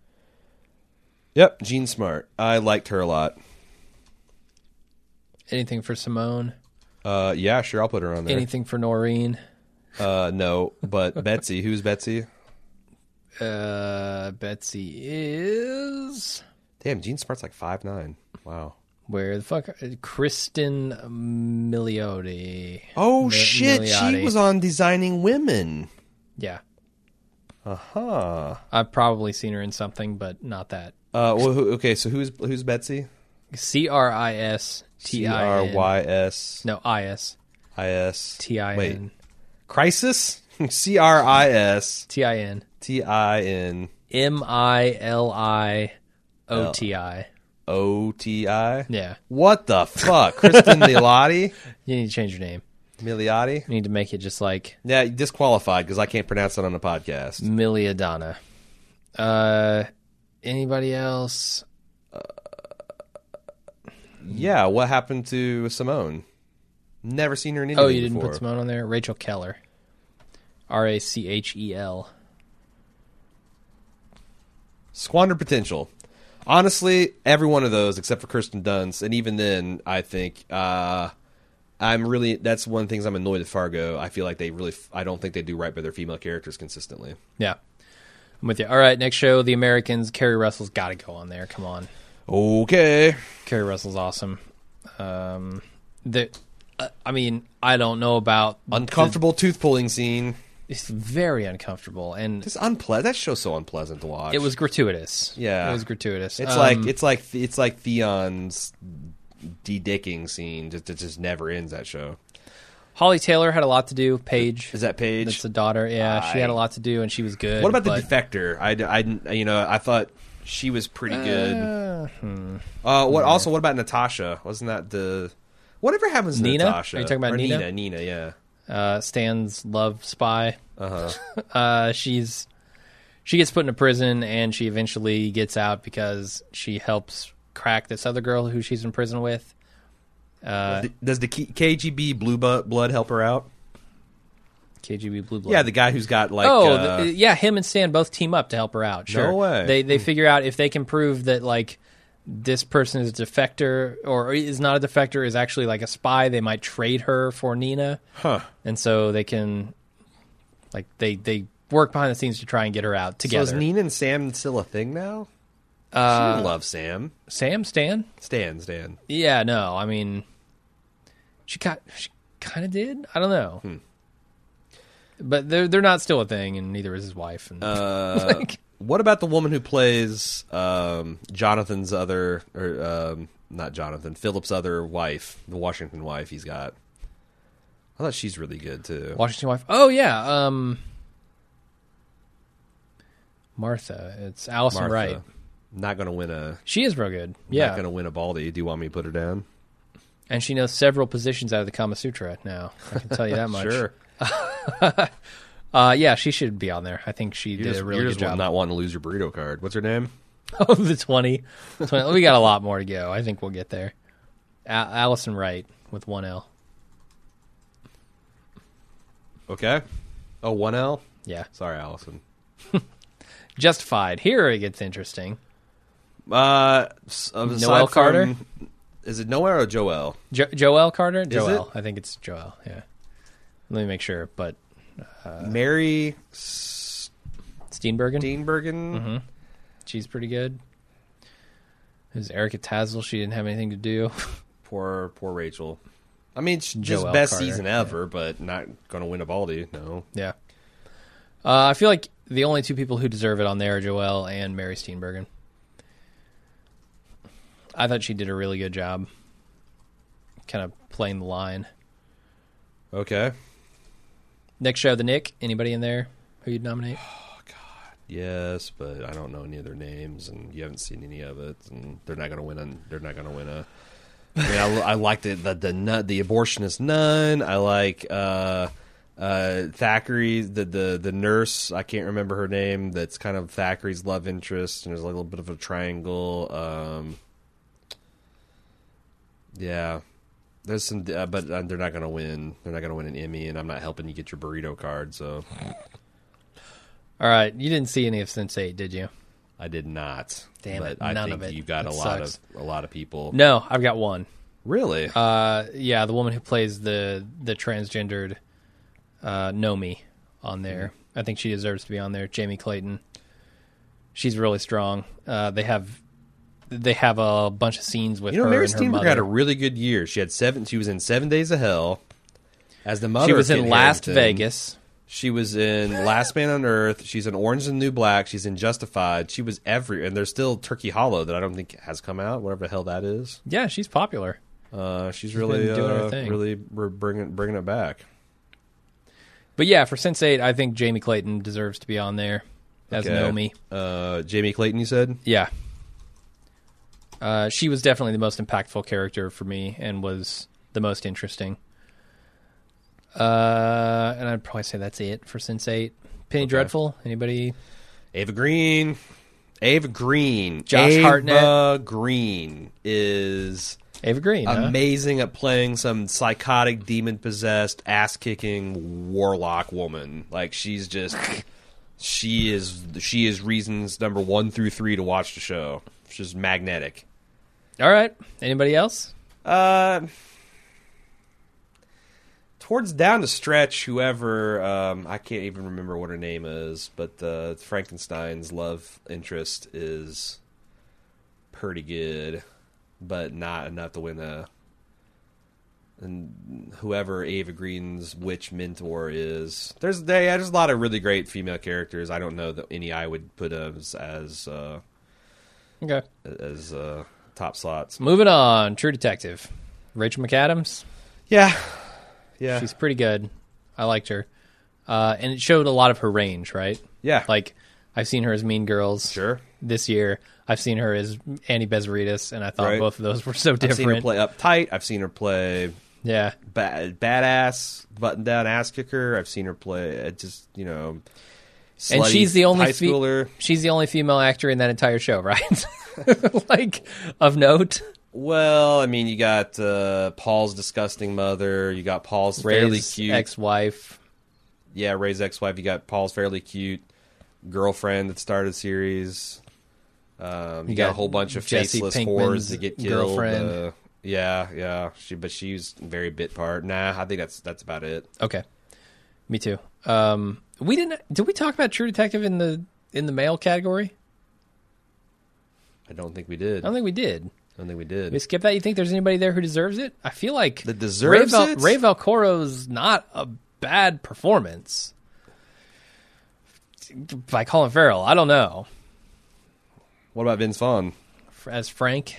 Yep, Jean Smart. I liked her a lot.
anything for Simone?
Uh, yeah, sure, I'll put her on there.
Anything for Noreen?
Uh, no,
*laughs*
but Betsy. Who's Betsy?
Uh, Betsy is
Damn, Jean Smart's like five nine. Wow.
where the fuck? Kristen Milioti.
Oh
Mi-
shit,
Milioti.
she was on Designing Women.
Yeah,
Huh.
I've probably seen her in something, but not that.
Uh, well, who, okay, so who's who's Betsy?
C R I S T I N.
C R Y S
No, I S
I S
T I
Wait,
N
crisis. *laughs* C R I S
T I N
T I N.
M I L I O T
Oh.
I.
O T I.
Yeah,
What the fuck, Kristen Milioti?
you need to change your name.
Milioti?
You need to make it just like
Yeah, disqualified because I can't pronounce it on the
Mm-hmm.
podcast.
Miliadonna. Uh, anybody else?
Yeah, what happened to Simone? Never seen her in anything.
Oh, you didn't
before.
put Simone on there. Rachel Keller, R A C H E L.
Squandered potential. Honestly, every one of those except for Kristen Dunst, and even then, I think uh, I'm really that's one of the things I'm annoyed at Fargo. I feel like they really I don't think they do right by their female characters consistently.
Yeah. I'm with you. All right, next show, The Americans. Carrie Russell's got to go on there. Come on.
Okay.
Carrie Russell's awesome. Um, the, uh, I mean, I don't know about.
Uncomfortable tooth pulling scene.
It's very uncomfortable, and
It's unpleasant. That show's so unpleasant to watch.
it was gratuitous.
Yeah.
it was gratuitous.
It's
Um,
like it's like it's like Theon's de-dicking scene. Just it just never ends. That show
Holly Taylor had a lot to do. Paige
is that Paige.
That's the daughter. Yeah, she
I-
had a lot to do, and she was good.
What about
but-
the defector? I, d- I didn't- you know I thought she was pretty good.
hmm.
Uh, what also? What about Natasha? Wasn't that the whatever happens to
Nina?
Natasha?
Are you talking about
Or
Nina?
Nina, Nina, yeah.
uh, Stan's love spy. Uh-huh. *laughs* she's she gets put into prison, and she eventually gets out because she helps crack this other girl who she's in prison with. Uh,
Th- Does the K- KGB blue bu- blood help her out?
KGB Blue Blood.
Yeah, the guy who's got like
oh,
uh,
th- yeah. Him and Stan both team up to help her out. Sure.
way. Hmm.
They they figure out if they can prove that like this person is a defector or is not a defector is actually like a spy. They might trade her for Nina. Huh. And so they can, like they they work behind the scenes to try and get her out
so
together.
is Nina and Sam still a thing now? Uh, she loves Sam.
Sam Stan?
Stan, Stan.
Yeah. No. I mean, she got she kind of did. I don't know.
Hmm.
But they're they're not still a thing, and neither is his wife. And
Uh,
like,
What about the woman who plays um, Jonathan's other, or um, not Jonathan, Philip's other wife, the Washington wife he's got? I thought she's really good too.
Washington wife. Oh yeah, um, Martha. It's Allison
Martha.
Wright.
Not going to win a.
She is real good.
Not
Yeah,
going to win a Baldy. Do you want me to put her down?
and she knows several positions out of the Kama Sutra now. I can tell you
*laughs*
that much.
Sure.
Uh, yeah, she should be on there. I think she
You
did
just,
a
you
really good
just will
job.
not want to lose your burrito card. What's her name?
*laughs* Of the 20, 20 we got a lot more to go. I think we'll get there. A- Allison Wright with one L.
Okay. Oh, 1L?
Yeah,
Sorry, Allison.
justified. Here it gets interesting.
Uh, s- uh,
Noel
aside
Carter?
from- Is it Noel or Joel?
Jo- Joel Carter. Joel.
it?
I think it's Joel. Yeah. Let me make sure. But Uh,
Mary Steenbergen?
Steenbergen. Mm-hmm. She's pretty good. There's Erica Tazel. She didn't have anything to do. *laughs*
Poor, poor Rachel. I mean, it's just
Joelle
best
Carter,
season ever, but not going to win a Baldy. No,
yeah. Uh, I feel like the only two people who deserve it on there are Joelle and Mary Steenburgen. I thought she did a really good job kind of playing the line.
okay,
Next show, The Nick. Anybody in there who you'd nominate?
yes, but I don't know any of their names, and you haven't seen any of it, and they're not going to win. A, they're not going to win a. I mean, I, I like the the the, nun, the abortionist nun. I like uh, uh, Thackeray, the, the the nurse. I can't remember her name. That's kind of Thackeray's love interest, and there's a little bit of a triangle. Um, yeah, there's some, uh, but uh, they're not going to win. They're not going to win an Emmy, and I'm not helping you get your burrito card. So
All right. You didn't see any of Sense8, did you?
I did not.
Damn
but
it,
I
none
think
of it.
you got
That
a lot
sucks.
of a lot of people.
No, I've got one.
Really?
Uh, yeah, the woman who plays the the transgendered uh, Nomi on there.
Mm-hmm.
I think she deserves to be on there. Jamie Clayton. She's really strong. Uh, they have they have a bunch of scenes with
You know,
her
Mary
and her
Steenburgen
mother.
had a really good year. She had seven. She was in Seven Days of Hell as the mother.
she
of
was in
Kit
Last
Harington.
Vegas.
She was in Last Man on Earth. She's in Orange and the New Black. She's in Justified. She was every. And there's still Turkey Hollow that I don't think has come out. Whatever the hell that is.
Yeah, she's popular.
Uh, she's really
been doing her
uh,
thing.
really we're bringing bringing it back.
But yeah, for Sense Eight, I think Jamie Clayton deserves to be on there as
Okay.
Nomi.
Uh, Jamie Clayton, you said.
Yeah. Uh, she was definitely the most impactful character for me and was the most interesting. Uh, and I'd probably say that's it for Sense 8. Penny Dreadful, anybody?
Ava Green. Ava Green.
Josh
Ava
Hartnett.
Green is
Ava Green. huh?
amazing at playing some psychotic, demon possessed, ass kicking warlock woman. Like she's just she is she is reasons number one through three to watch the show. She's magnetic.
All right. Anybody else?
Uh towards down the stretch, whoever um, I can't even remember what her name is, but uh, Frankenstein's love interest is pretty good, but not enough to win a. And whoever Ava Green's witch mentor is, there's they, there's a lot of really great female characters. I don't know that any I would put as as uh,
Okay.
as uh, top slots.
Moving on. True Detective. Rachel McAdams.
Yeah, yeah,
She's pretty good. I liked her. Uh, and it showed a lot of her range, right?
yeah.
Like, I've seen her as Mean Girls
sure.
this year. I've seen her as Annie Bezeritis, and I thought
Right.
both of those were so
I've seen her
different.
play uptight. I've seen her play
Yeah.
ba- badass button down ass kicker. I've seen her play uh, just you know,
and
slutty
she's the only
high
fe-
schooler.
she's the only female actor in that entire show, *laughs* right? like of note.
well, I mean, you got uh, Paul's disgusting mother. You got Paul's fairly
Ray's
cute.
ex-wife.
yeah, Ray's ex-wife. You got Paul's fairly cute girlfriend that started the series. Um, you, got, a
got
whole bunch of
Jesse
faceless
Pinkman's
whores that get killed.
girlfriend.
uh, yeah, yeah. She, but she's very bit part. Nah, I think that's that's about it.
Okay. Me too. Um we didn't did we talk about True Detective in the in the male category?
I don't think we did.
I don't think we did. Did
I don't think we did.
We skip that. You think there's anybody there who deserves it? I feel like
That deserves
Ray, Val-
it?
Ray Valcoro's not a bad performance by Colin Farrell. I don't know.
What about Vince Vaughn?
as Frank.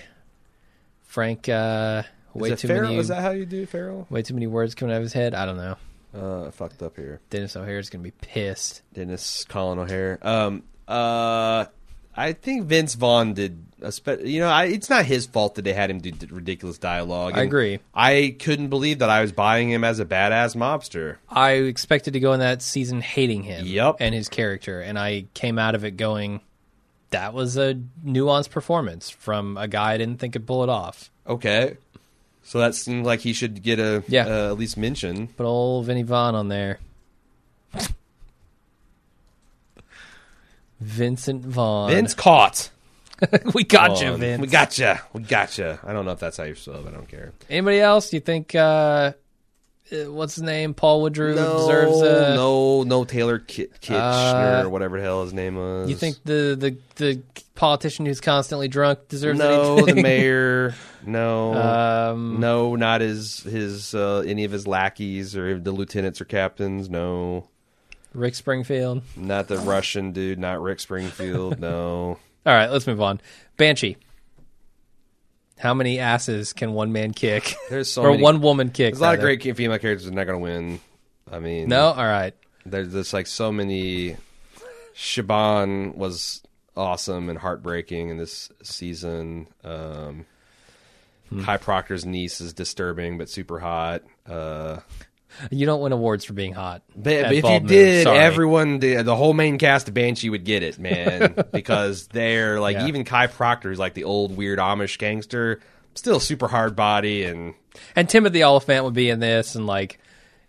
Frank, uh, way
Is it
too
Farrell?
many,
Is that how you do Farrell?
way too many words coming out of his head. I don't know.
Uh, I fucked up here.
Dennis O'Hare's gonna be pissed.
Dennis Colin O'Hare. Um, uh, I think Vince Vaughn did. A spe- you know, I, it's not his fault that they had him do d- ridiculous dialogue.
I
and
agree.
I couldn't believe that I was buying him as a badass mobster.
I expected to go in that season hating him,
Yup.
and his character, and I came out of it going, "That was a nuanced performance from a guy I didn't think could pull it off."
Okay, so that seems like he should get a
Yeah.
uh, at least mention.
Put old Vinny Vaughn on there.
*laughs*
Vincent Vaughn.
Vince caught.
we got you,
Vaughn.
Vince.
We gotcha. We gotcha. I don't know if that's how you spell it. but I don't care.
Anybody else? You think uh, uh, what's his name? Paul Woodrow deserves a.
no, no Taylor Kit- Kitchner
Uh,
or whatever the hell his name was.
You think the, the the politician who's constantly drunk deserves
no,
anything? *laughs*
the mayor. No,
Um,
no, not his his uh, any of his lackeys or the lieutenants or captains. No,
Rick Springfield.
not the Russian dude. Not Rick Springfield. No,
All right, let's move on. Banshee. How many asses can one man kick?
*laughs* there's *laughs* so
or
many-
one woman kick?
There's a lot of
rather.
great female characters that are not going to win. I mean,
No, all right.
there's just like so many. Shaban was awesome and heartbreaking in this season. Um,
Hmm.
Kai Proctor's niece is disturbing but super hot. Uh,
You don't win awards for being hot.
But,
at
but if you
Bald Moon.
did,
Sorry.
everyone, the, the whole main cast of Banshee would get it,
*laughs*
man, because they're like
Yeah.
even Kai Proctor, who's like the old weird Amish gangster, still super hard body, and
and Timothy Oliphant would be in this, and like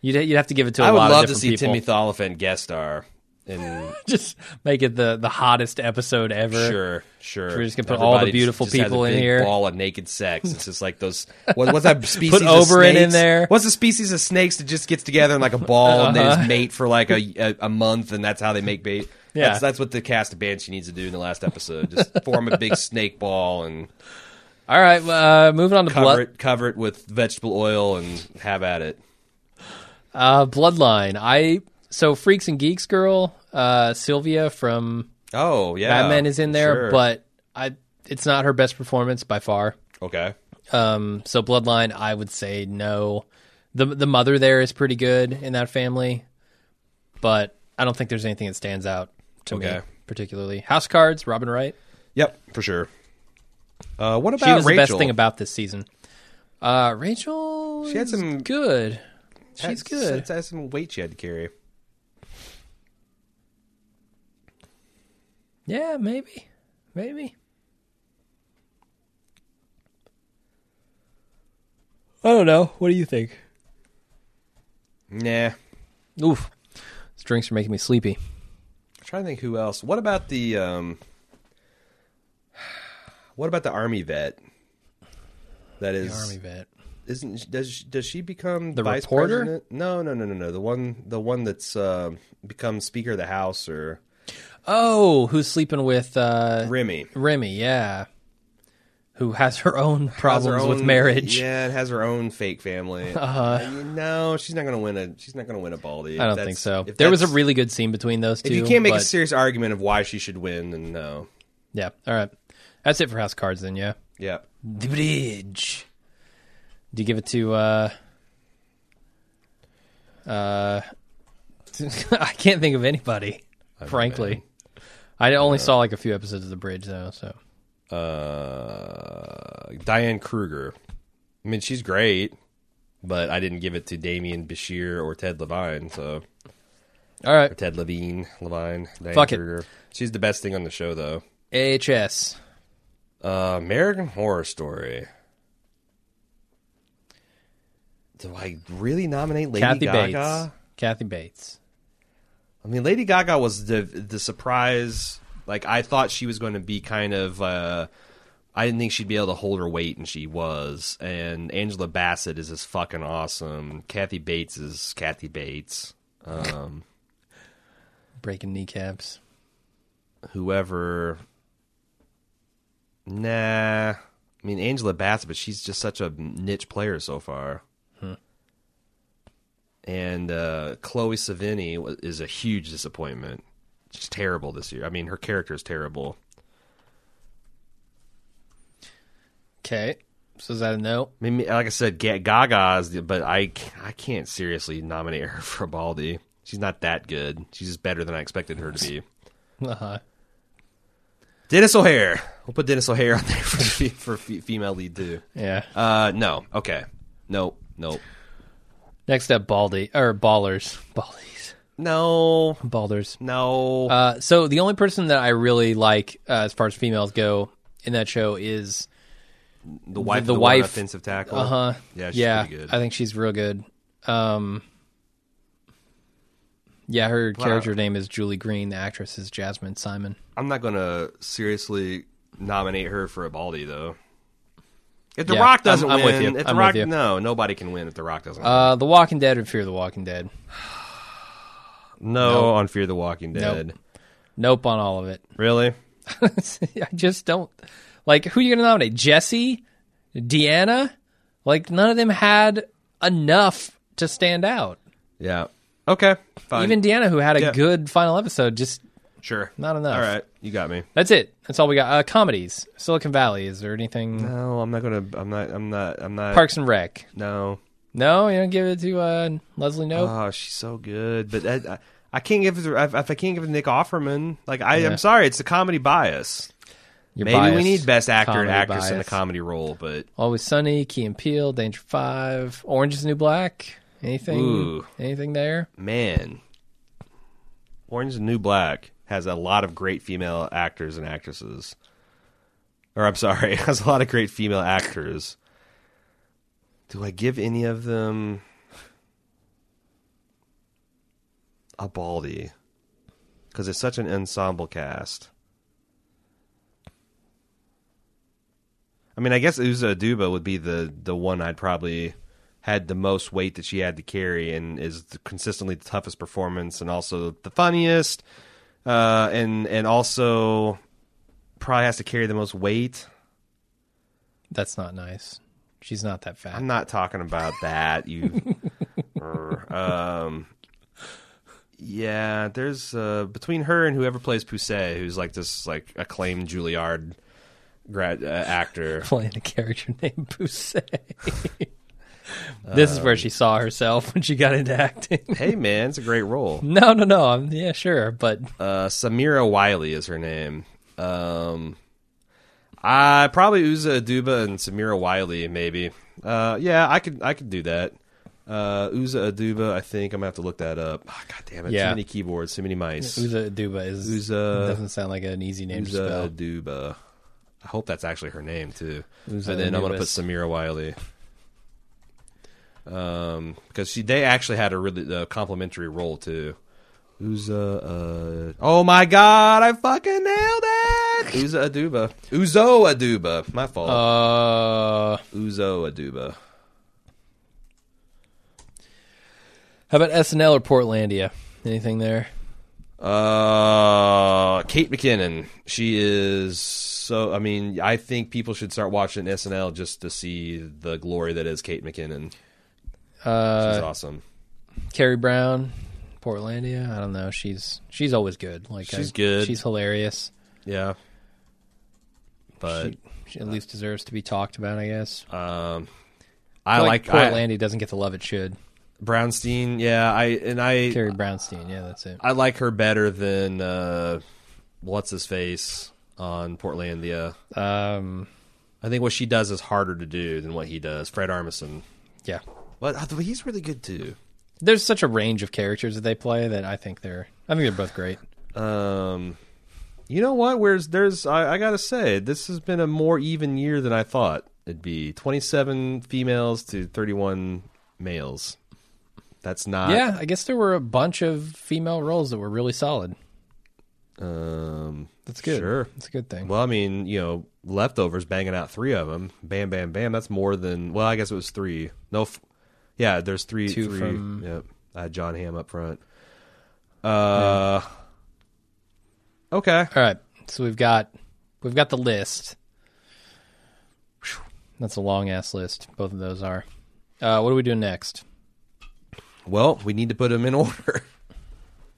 you'd you'd have to give it to a
I would
lot
love
of
to
different
see
people.
Timothy Oliphant guest star. And
*laughs* Just make it the the hottest episode ever.
sure, sure,
We're just gonna put all the
Everybody
beautiful
just has a
people in
big
here.
Ball of naked sex. It's just like those.
*laughs*
What, what's that species?
Put
of
Oberon in
snakes?
there. Uh-huh.
What's the species of snakes that just gets together in like a ball and they just mate for like a, a, a month, and that's how they make bait.
Yeah.
that's, that's what the cast of Banshee needs to do in the last episode.
*laughs*
Just form a big snake ball and
All right, well, uh, moving on to
cover
blood,
it, cover it with vegetable oil, and have at it.
uh, Bloodline. I so Freaks and Geeks girl uh, Sylvia from
Oh yeah,
Batman is in there,
Sure.
but I it's not her best performance by far.
okay,
Um, so Bloodline, I would say no. the The mother there is pretty good in that family, but I don't think there's anything that stands out to me
Okay.
particularly. House Cards, Robin Wright.
yep, for sure. Uh, what about
She was the
Rachel?
best thing about this season. Uh, Rachel, she
had some-
good. She's
That's-
good.
That's, that's some weight she had to carry.
Yeah, maybe. Maybe. I don't know. What do you think?
Nah,
Oof. These drinks are making me sleepy.
I'm trying to think who else. What about the um what about the army vet? That is
Army vet.
isn't she- does she, does she become
The
vice
reporter?
president? No, no, no, no, no. The one the one that's uh, becomes Speaker of the House or
Oh, who's sleeping with uh,
Remy.
Remy? Yeah, who has her own
Has
problems
her
with
own-
marriage. Uh-huh.
Yeah, and has her own
*laughs*
fake family. Uh, no, she's not gonna win a she's not gonna win a Baldy.
I don't
That's-
think so.
if
There was a
that's-
really good scene between those two.
if you can't make a
but-
serious argument of why she should win, then no.
yeah. All right, that's it for house cards. Then yeah,
Yeah.
the bridge. Do you give it to? uh Uh, *laughs* I can't think of anybody. frankly, I only saw like a few episodes of the bridge though. So
Uh, Diane Kruger. I mean, she's great, but I didn't give it to Damien Bashir or Ted Levine. So
all right,
Ted Levine, Levine, Diane
Fuck it.
Kruger. She's the best thing on the show, though.
AHS.
Uh, American Horror Story. Do I really nominate Lady
Kathy
Gaga?
Bates. Kathy Bates.
I mean, Lady Gaga was the the surprise. Like I thought she was going to be kind of. Uh, I didn't think she'd be able to hold her weight, and she was. And Angela Bassett is just fucking awesome. Kathy Bates is Kathy Bates. Um,
Breaking kneecaps.
whoever. Nah, I mean Angela Bassett, but she's just such a niche player so far. And uh, Chloe Savini wa- is a huge disappointment. She's terrible this year. I mean, her character is terrible.
Okay. So is that a no?
I mean, like I said, Ga- Gaga's, the- but I c- I can't seriously nominate her *laughs* for a Baldy. She's not that good. She's just better than I expected her to be.
*laughs* Uh-huh.
Dennis O'Hare. We'll put Dennis O'Hare on there *laughs* for, fe- for fe- female lead too.
Yeah.
Uh, no. Okay. No. No.
Next up, Baldy or Ballers, *laughs* Baldies,
No.
Balders.
No.
Uh, so the only person that I really like uh, as far as females go in that show is
the wife.
the
of the one
wife-
offensive tackle.
uh huh
Yeah. She's
yeah
Pretty good.
I think she's real good. Um, yeah, her character name is Julie Green. The actress is Jasmine Simon.
I'm not gonna seriously nominate her for a Baldy though. If The
Yeah,
Rock
I'm-
doesn't
I'm with
win,
you.
if The
I'm with
Rock,
you.
no, nobody can win if The Rock doesn't.
Uh, The Walking Dead or Fear the Walking Dead?
no, on Fear the Walking Dead.
Nope on all of it. *laughs*
Really?
I just don't like who are you going to nominate? Jesse, Deanna, like none of them had enough to stand out.
Yeah. Okay. Fine.
Even Deanna, who had a
Yeah.
good final episode, just
sure.
not enough.
All right. You got me.
that's it. That's all we got. Uh, comedies, Silicon Valley. Is there anything?
No, I'm not gonna. I'm not. I'm not. I'm not.
Parks and Rec.
No.
No, you don't give it to uh, Leslie Nope.
Oh, she's so good. But I, I, I can't give it. to- If if I can't give it to Nick Offerman, like I, I'm sorry, it's a comedy bias.
You're
Maybe we
biased.
need best actor and
Comedy
actress in a
bias.
comedy role, but
Always Sunny, Key and Peele, Danger Five, Orange is the New Black. Anything?
Ooh.
Anything there?
man, Orange is the New Black has a lot of great female actors and actresses. Or I'm sorry, *laughs* has a lot of great female actors. Do I give any of them a baldy? Because it's such an ensemble cast. I mean, I guess Uza Aduba would be the the one I'd probably had the most weight that she had to carry, and is the, consistently the toughest performance, and also the funniest, uh, and and also probably has to carry the most weight.
That's not nice. She's not that fat. *laughs*
I'm not talking about that. You, Er, um, yeah. There's uh, between her and whoever plays Pousset, who's like this like acclaimed Juilliard grad
*laughs*
uh, actor.
playing a character named
*laughs*
Pousset. this is
Um.
where she saw herself when she got into acting. *laughs*
hey man, it's a great role.
no, no, no. I'm, yeah, sure, but
Uh, Samira Wiley is her name. Um, I probably Uza Aduba and Samira Wiley maybe. Uh, yeah, I could I could do that. Uh, Uza Aduba, I think I'm gonna have to look that up. Ah, God damn it!
Yeah.
Too many keyboards, too many mice.
Uza Aduba is
Uza-
doesn't sound like an easy name to
Uza
spell.
Aduba. I hope that's actually her name too.
Uza
and then I'm gonna
Anubis.
put Samira Wiley. Um, because she they actually had a really the complimentary role too. Uza, uh, oh my god, I fucking nailed it! Uza Uh. Aduba, Uzo Aduba, my fault.
Uh,
Uzo Aduba.
How about SNL or Portlandia? Anything there?
Uh, Kate McKinnon. She is so. I mean, I think people should start watching SNL just to see the glory that is Kate McKinnon.
Uh,
She's awesome.
Carrie Brown, Portlandia. I don't know. She's she's always good. Like
She's
I-
good.
She's hilarious.
Yeah. But
She, she at least deserves to be talked about, I guess.
I like, I,
Portlandia doesn't get the love it should.
Brownstein. Yeah, I and I
Carrie Brownstein. Yeah, that's it.
I like her better than uh, what's his face on Portlandia.
Um,
I think what she does is harder to do than what he does. Fred Armisen,
yeah.
but uh, he's really good too.
There's such a range of characters that they play that I think they're I think they're both great.
Um, you know what? Where's there's I, I gotta say this has been a more even year than I thought it'd be. Twenty seven females to thirty one males. That's not
yeah, I guess there were a bunch of female roles that were really solid.
Um,
That's good.
Sure.
That's a good thing.
Well, I mean, you know, leftovers banging out three of them. Bam, bam, bam. That's more than. Well, I guess it was three. No, f- yeah. There's three.
Two
three-
from-
Yep. I had John Hamm up front. Uh. Okay.
All right. So we've got we've got the list. Whew, That's a long ass list. Both of those are. Uh, what are we doing next?
Well, we need to put them in *laughs* order.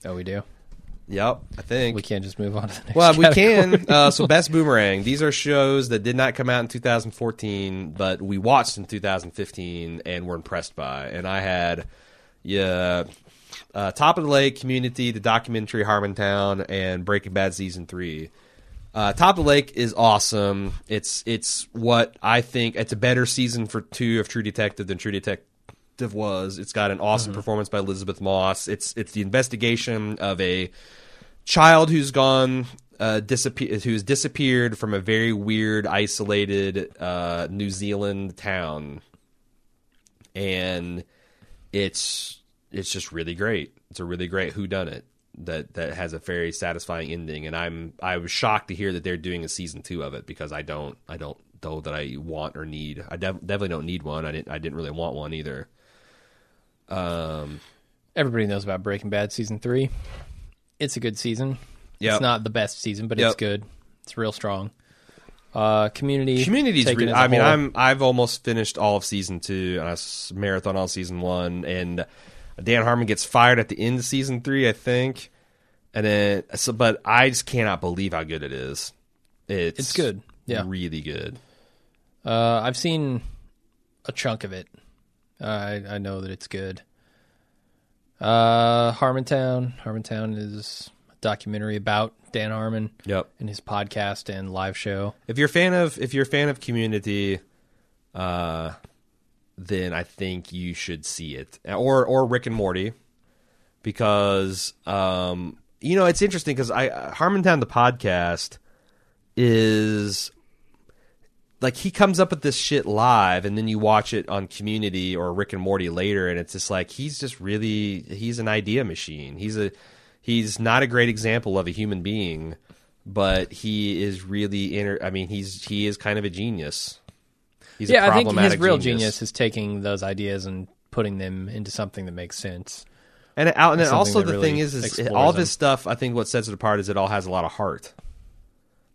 Oh, we do.
yep. I think
We can't just move on to the *laughs* next.
Well, we
category.
can. Uh, so, Best Boomerang. These are shows that did not come out in 2014, but we watched in 2015 and were impressed by. And I had, yeah, uh, Top of the Lake, Community, the documentary Harmontown, and Breaking Bad season three. Uh, Top of the Lake is awesome. It's it's what I think. It's a better season for two of True Detective than True Detective was. It's got an awesome performance by Elizabeth Moss. It's it's the investigation of a child who's gone uh, disappear who's disappeared from a very weird isolated uh, New Zealand town and it's it's just really great it's a really great who done it that that has a very satisfying ending and I'm I was shocked to hear that they're doing a season 2 of it because I don't I don't know that I want or need I def- definitely don't need one I didn't I didn't really want one either
Everybody knows about Breaking Bad season three. It's a good season.
Yep.
It's not the best season, but it's
Yep.
good. It's real strong. Uh, community.
Community's
taken
re-
as a
I mean,
whole.
I'm I've almost finished all of season two, and I s- marathon all season one, and Dan Harmon gets fired at the end of season three, I think, and then so, but I just cannot believe how good it is. It's
It's good. Yeah.
really good.
Uh, I've seen a chunk of it. I I know that it's good. Uh, Harmontown. Harmontown is a documentary about Dan Harmon
Yep.
and his podcast and live show.
If you're a fan of if you're a fan of Community, uh, then I think you should see it or or Rick and Morty because um you know it's interesting because I uh, Harmontown the podcast is like he comes up with this shit live and then you watch it on community or rick and morty later and it's just like he's just really he's an idea machine he's a he's not a great example of a human being but he is really inter- i mean he's he is kind of a genius he's
yeah, I think his
problematic
real genius is taking those ideas and putting them into something that makes sense.
And it- out, and
something
also
that
the
really
thing is, is it-
explores
all of
them.
his stuff. I think what sets it apart is it all has a lot of heart.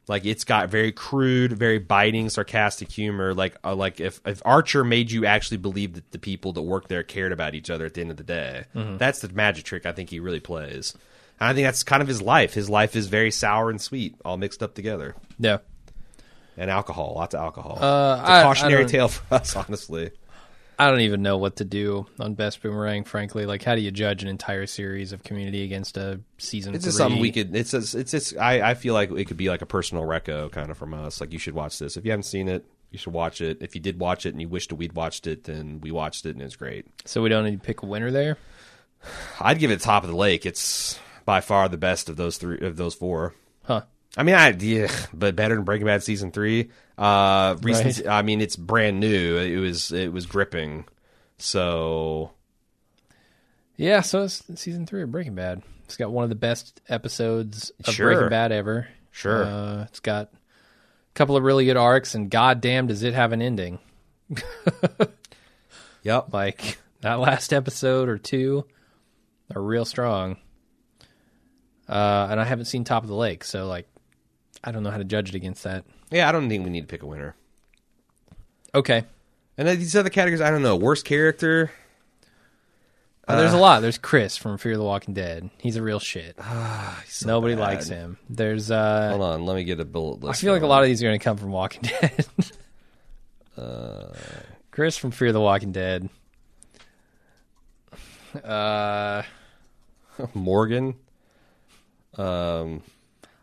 Like it's got very crude, very biting, sarcastic humor. Like uh, like if if Archer made you actually believe that the people that work there cared about each other at the end of the day,
Mm-hmm.
that's the magic trick I think he really plays. And I think that's kind of his life. His life is very sour and sweet, all mixed up together,
Yeah.
and alcohol, lots of alcohol.
Uh,
it's a
I- I
cautionary
don't-
tale for us, *laughs* honestly.
I don't even know what to do on Best Boomerang, frankly. Like, how do you judge an entire series of Community against a season?
It's just
three?
something we could. It's just, it's just. I I feel like it could be like a personal reco kind of from us. Like you should watch this if you haven't seen it. You should watch it. If you did watch it and you wished we'd watched it, then we watched it and it's great.
So we don't need to pick a winner there.
I'd give it top of the lake. It's by far the best of those three of those four.
Huh.
I mean, I yeah, but better than Breaking Bad season three. Uh, recent. I mean, it's brand new. It was it was gripping. So
Yeah, so it's season three of Breaking Bad. It's got one of the best episodes of
Sure.
Breaking Bad ever.
Sure.
Uh, it's got a couple of really good arcs, and goddamn, does it have an ending.
yep.
*laughs* Like, that last episode or two They're real strong. Uh, and I haven't seen Top of the Lake, so like, I don't know how to judge it against that.
Yeah, I don't think we need to pick a winner.
Okay,
And then these other categories, I don't know. Worst character.
Uh, there's a lot. There's Chris from Fear the Walking Dead. He's a real shit.
*sighs*
Nobody
bad.
likes him. There's uh,
Hold on, let me get a bullet
I
list.
feel like a lot of these are going to come from Walking *laughs* Dead. Uh, Chris from Fear the Walking Dead. Uh,
of Morgan.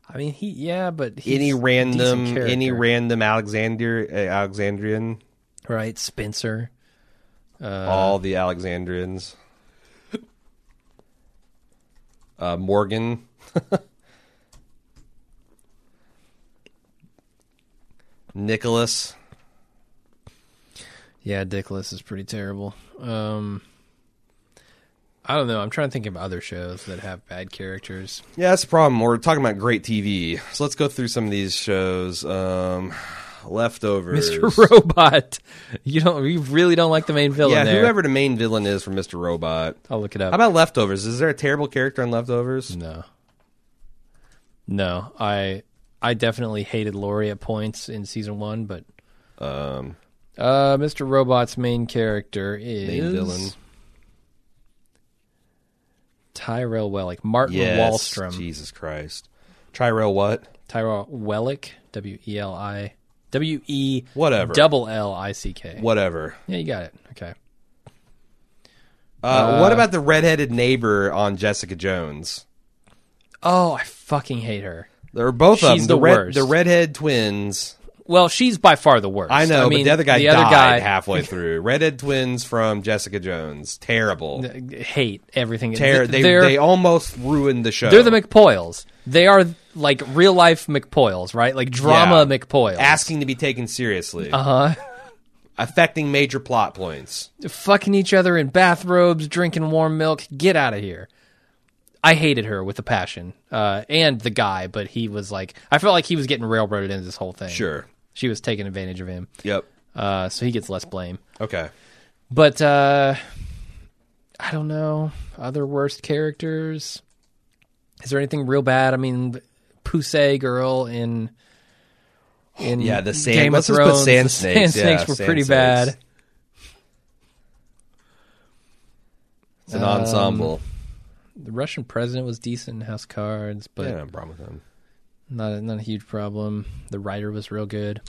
I mean, he yeah, but he's
Any
a decent
random,
character.
any random Alexander, uh, Alexandrian.
right? Spencer.
all the Alexandrians. *laughs* Uh, Morgan. *laughs* Nicholas.
Yeah, Dickless is pretty terrible. Um, I don't know. I'm trying to think of other shows that have bad characters.
Yeah, that's the problem. We're talking about great TV. So let's go through some of these shows. Um, leftovers.
Mr. Robot. You don't. You really don't like the main villain
Yeah,
there.
whoever the main villain is for Mr. Robot.
I'll look it up.
How about Leftovers? Is there a terrible character on Leftovers?
No. No, I I definitely hated Lori at points in season one, but um, uh, Mr. Robot's main character is
Main villain.
Tyrell Wellick, Martin Wallstrom,
Jesus Christ. Tyrell what?
Tyrell Wellick, W E L I W E
Whatever.
double L I C K.
Whatever.
Yeah, you got it. Okay,
Uh, what about the redheaded neighbor on Jessica Jones?
oh, I fucking hate her.
They're both of them.
She's
The,
the
red,
worst.
the redhead twins.
Well, she's by far the worst.
I know,
mean,
but the other guy
the
died
other guy *laughs*
halfway through. Redhead twins from Jessica Jones. Terrible.
hate everything.
Ter- they,
They're-
they almost ruined the show.
They're the McPoyles. They are like real life McPoyles, right? Like drama
Yeah.
McPoyles.
Asking to be taken seriously. Uh-huh. Affecting major plot points.
fucking each other in bathrobes, drinking warm milk. Get out of here. I hated her with a passion, uh, and the guy, but he was like, I felt like he was getting railroaded into this whole thing.
Sure.
she was taking advantage of him,
Yep.
uh, so he gets less blame.
Okay.
But uh, I don't know other worst characters. Is there anything real bad? I mean, Pusey girl in in
Yeah, the sand-
Game
let's
of
just put
Thrones.
sand
the
snakes.
sand snakes
Yeah,
were
sand
pretty
snakes.
bad.
It's an ensemble.
The Russian president was decent in House of Cards, but
Yeah, no problem with them.
not a, not a huge problem. The writer was real good.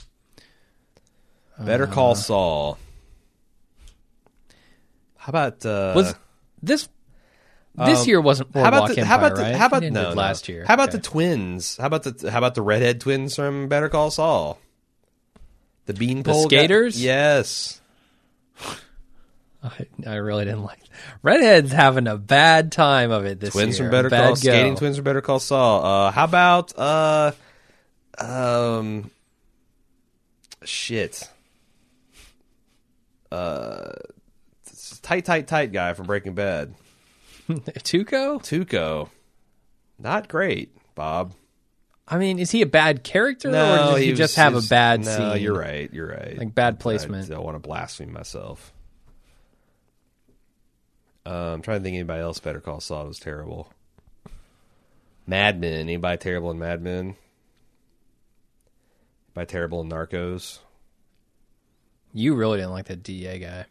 Better Call Saul. How about uh, um,
Was this this year wasn't Boardwalk Empire?
how about the,
right?
how about
It ended
no, no.
last year?
How about
Okay.
the twins? How about the how about the redhead twins from Better Call Saul? The beanpole guy-
skaters?
Yes.
I, *laughs* I really didn't like. Redhead's having a bad time of it this year.
Twins from Better
Bad
Call skating
go.
twins from Better Call Saul. Uh, how about uh, um, shit. Uh, tight, tight, tight guy from Breaking Bad.
*laughs* Tuco?
Tuco, not great. Bob.
I mean, is he a bad character or
No,
does he,
was-
just have a
was-
bad
no,
scene?
you're right. You're right.
Like bad
I
placement.
don't want to blaspheme myself. Uh, I'm trying to think anybody else better call Saul was terrible. Mad Men. Anybody terrible in Mad Men? Anybody terrible in Narcos?
You really didn't like that DA guy.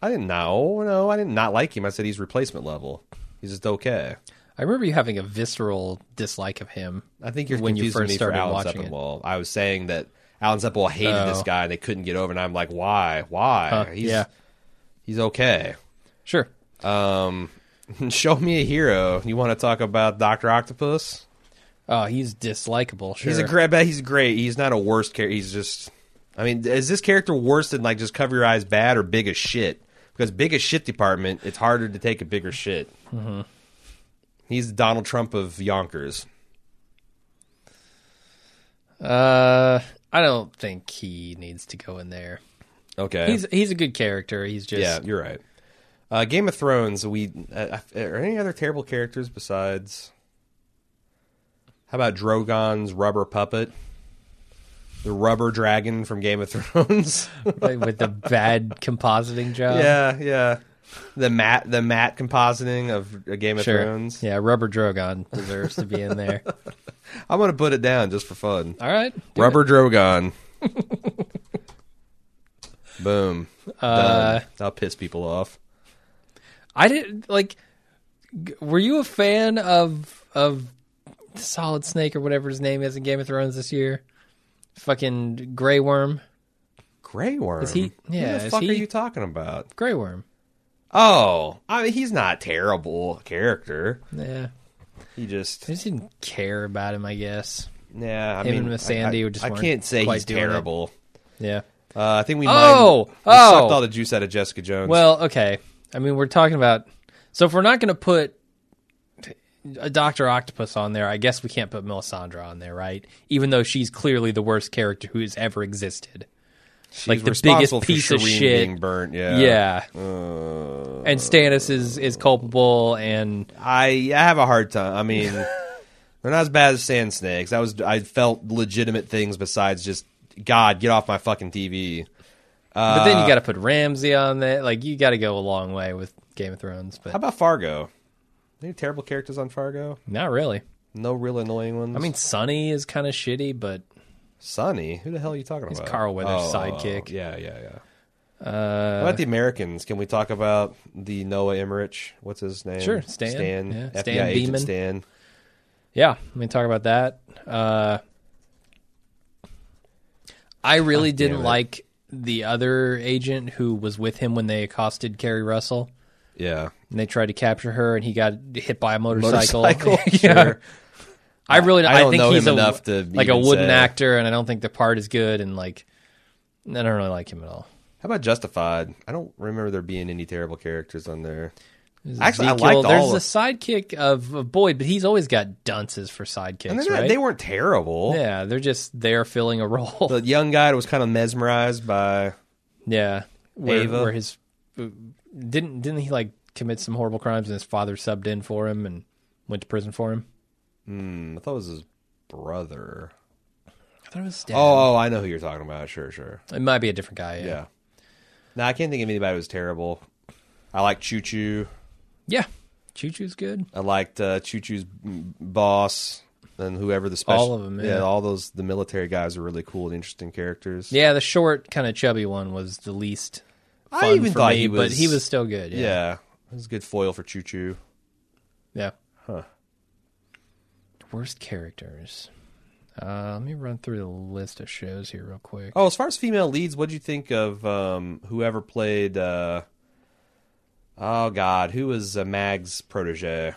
I didn't know. No, I did not like him. I said he's replacement level. He's just okay.
I remember you having a visceral dislike of him.
I think you're
When you
confusing
first
me
started
for Alan
watching it.
Sepinwall. I was saying that Alan Sepinwall hated this
Oh.
guy and they couldn't get over, and I'm like, why? Why?
Huh,
he's,
yeah.
he's okay. *laughs*
Sure.
Um, show me a hero. You want to talk about Doctor Octopus?
Oh, he's dislikable. Sure.
He's a great. He's great. He's not a worst character. He's just. I mean, is this character worse than like just cover your eyes bad or big as shit? Because big as shit department, it's harder to take a bigger shit. Mm-hmm. He's the Donald Trump of Yonkers.
Uh, I don't think he needs to go in there.
Okay,
He's he's a good character. He's just *laughs*
yeah, you're right. Uh, Game of Thrones. We uh, are any other terrible characters besides? How about Drogon's rubber puppet? The rubber
Uh-huh.
dragon from Game of *laughs* Thrones. *laughs*
with the bad compositing job.
yeah, yeah. the matte the matte compositing of a Game of
Sure.
Thrones.
Yeah, Rubber Drogon deserves to be in
*laughs*
there.
I'm gonna put it down just for fun.
All right. *laughs*
Rubber Drogon. Boom. Uh, I'll piss people off.
I didn't like. g- Were you a fan of of Solid Snake or whatever his name is in Game of Thrones this year? Fucking Grey Worm.
Grey Worm.
he- yeah,
Who the
is
fuck are
he-
you talking about?
Grey Worm.
Oh, I mean, he's not a terrible character.
Yeah,
He just,
I just didn't care about him. I guess.
yeah. I
Him
mean,
and Miss Sandy
I, I,
just
I
weren't
can't say
quite
he's
doing it.
terrible.
Yeah.
Uh, I think we
Oh!
mined- we sucked
Oh!
all the juice out of Jessica Jones.
Well, okay. I mean, we're talking about. So if we're not going to put a Doctor Octopus on there, I guess we can't put Melisandre on there, right? Even though she's clearly the worst character who has ever existed.
She's
like the biggest
responsible for
piece of
Shireen
shit.
being burnt. Yeah,
Yeah. and Stannis is is culpable, and
I I have a hard time.
*laughs*
I mean, they're not as bad as Sand Snakes. I was I felt legitimate things besides just God, get off my fucking TV.
but then you got to put Ramsey on there. Like you got to go a long way with Game of Thrones,
How
but
about Fargo? Any terrible characters on Fargo?
not really.
No real annoying ones.
I mean, Sonny is kind of shitty, but
Sonny. Who the hell are you talking about? Oh,
Carl Weathers' sidekick.
Yeah, yeah, yeah. Uh, what about the Americans? Can we talk about the Noah Emmerich? What's his name?
Sure, Stan.
Stan.
Yeah,
FBI
Stan
agent
Beaman.
Stan.
yeah, let me talk about that. Uh, I really
it.
didn't like the other agent who was with him when they accosted Carrie Russell.
Yeah.
And they tried to capture her, and he got hit by a motorcycle. *laughs*
Motorcycle, *laughs*
yeah.
sure.
I really,
I
I,
don't
think
know
he's a,
him enough to
like a
even
wooden
say.
actor, and I don't think the part is good. And like, I don't really like him at all.
How about Justified? I don't remember there being any terrible characters on there.
There's
Actually, I
Ezekiel.
liked
There's
all
a
of-
sidekick of, of Boyd, but he's always got dunces for sidekicks,
And they're not-
right?
they weren't terrible.
yeah, they're just there filling a role.
The young guy that was kind of mesmerized by.
yeah, where,
Ava.
where his didn't didn't he like commit some horrible crimes, and his father subbed in for him and went to prison for him.
hmm, I thought it was his brother.
I thought it was his dad.
Oh, oh, I know who you're talking about. Sure, sure.
Oh. It might be a different guy.
Yeah. No, I can't think of anybody who was terrible. I like Choo Choo.
Yeah. Choo Choo's good.
I liked uh, Choo Choo's m- boss and whoever the special.
All of 'em, yeah.
all those the military guys are really cool and interesting characters.
Yeah, the short, kind of chubby one was the least
I
fun
even
for
thought
me,
he
but
was-
he was still good.
yeah,
Yeah.
it was a good foil for Choo Choo.
Yeah. Worst characters. Uh, let me run through the list of shows here real quick.
Oh, as far as female leads, what would you think of um, whoever played? Uh, oh God, who was uh, Mag's protege?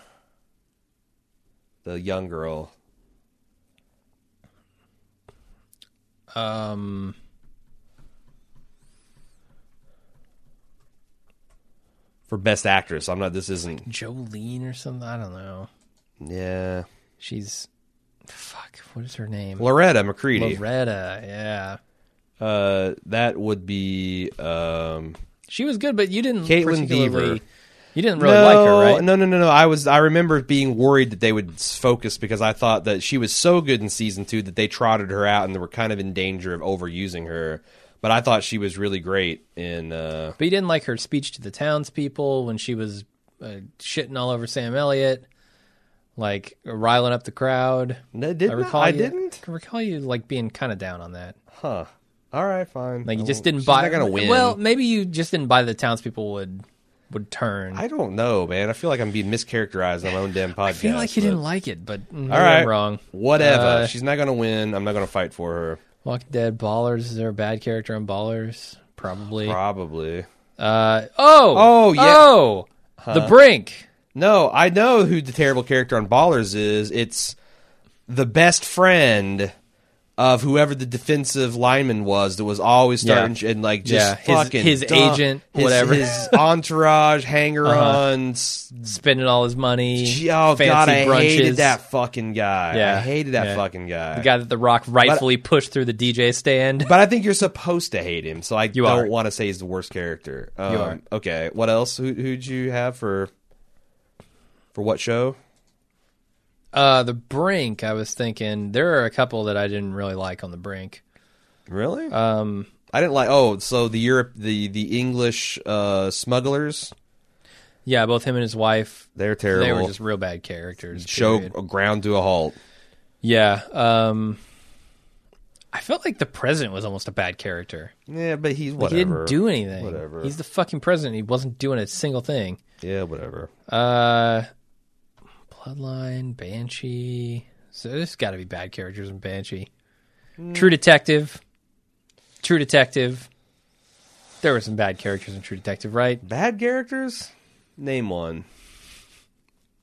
The young girl.
Um,
for best actress. I'm not. This isn't.
Jolene or something. I don't know.
Yeah,
She's fuck. What is her name?
Loretta McCready.
Loretta. Yeah,
Uh, that would be um.
she was good, but you didn't.
Caitlin
particularly-
Dever.
You didn't really like her, right?
No, no, no, no. I was. I remember being worried that they would s- focus because I thought that she was so good in season two that they trotted her out and they were kind of in danger of overusing her. But I thought she was really great in. Uh,
But you didn't like her speech to the townspeople when she was uh, shitting all over Sam Elliott, like riling up the crowd.
No, didn't I? I didn't?
I recall you like being kind of down on that.
huh. All right, fine.
Like you
I
just
won't-
didn't
Oh, she's
buy.
Not gonna win.
Well, maybe you just didn't buy the townspeople would would turn.
I don't know, man. I feel like I'm being mischaracterized on my own damn podcast.
I feel like you
but-
didn't like it, but mm, maybe
All right,
I'm wrong.
Whatever.
Uh,
She's not gonna win. I'm not gonna fight for her.
Walking Dead, Ballers. Is there a bad character in Ballers? Probably.
Probably.
uh, oh,
Oh, yeah.
oh, the Brink.
No, I know who the terrible character on Ballers is. It's the best friend of whoever the defensive lineman was that was always starting
Yeah.
and like
Yeah,
just
his-
fucking
his
dumb-
agent,
his-
whatever.
his entourage, hanger ons.
Spending all his money.
Oh
fancy
god, I
brunches.
hated that fucking guy.
Yeah.
I hated that
Yeah.
fucking guy.
The guy that The Rock rightfully pushed through the DJ stand. *laughs*
But I think you're supposed to hate him, so I
are.
don't want to say he's the worst character. Um,
are.
Okay, what else? Who who'd you have for for what show?
Uh, the Brink, I was thinking, there are a couple that I didn't really like on The Brink.
Really? Um, I didn't like. Oh, so the Europe, the the English uh, smugglers.
Yeah, both him and his wife.
They're
They
terrible.
were just real bad characters.
Show
period.
ground to a halt.
Yeah. Um, I felt like the president was almost a bad character.
Yeah, but he's
Like,
whatever.
he didn't do anything.
Whatever.
He's the fucking president. He wasn't doing a single thing.
yeah, whatever.
Uh, Bloodline, Banshee. So there's got to be bad characters in Banshee. True Detective. True Detective. There were some bad characters in True Detective, right?
Bad characters? Name one.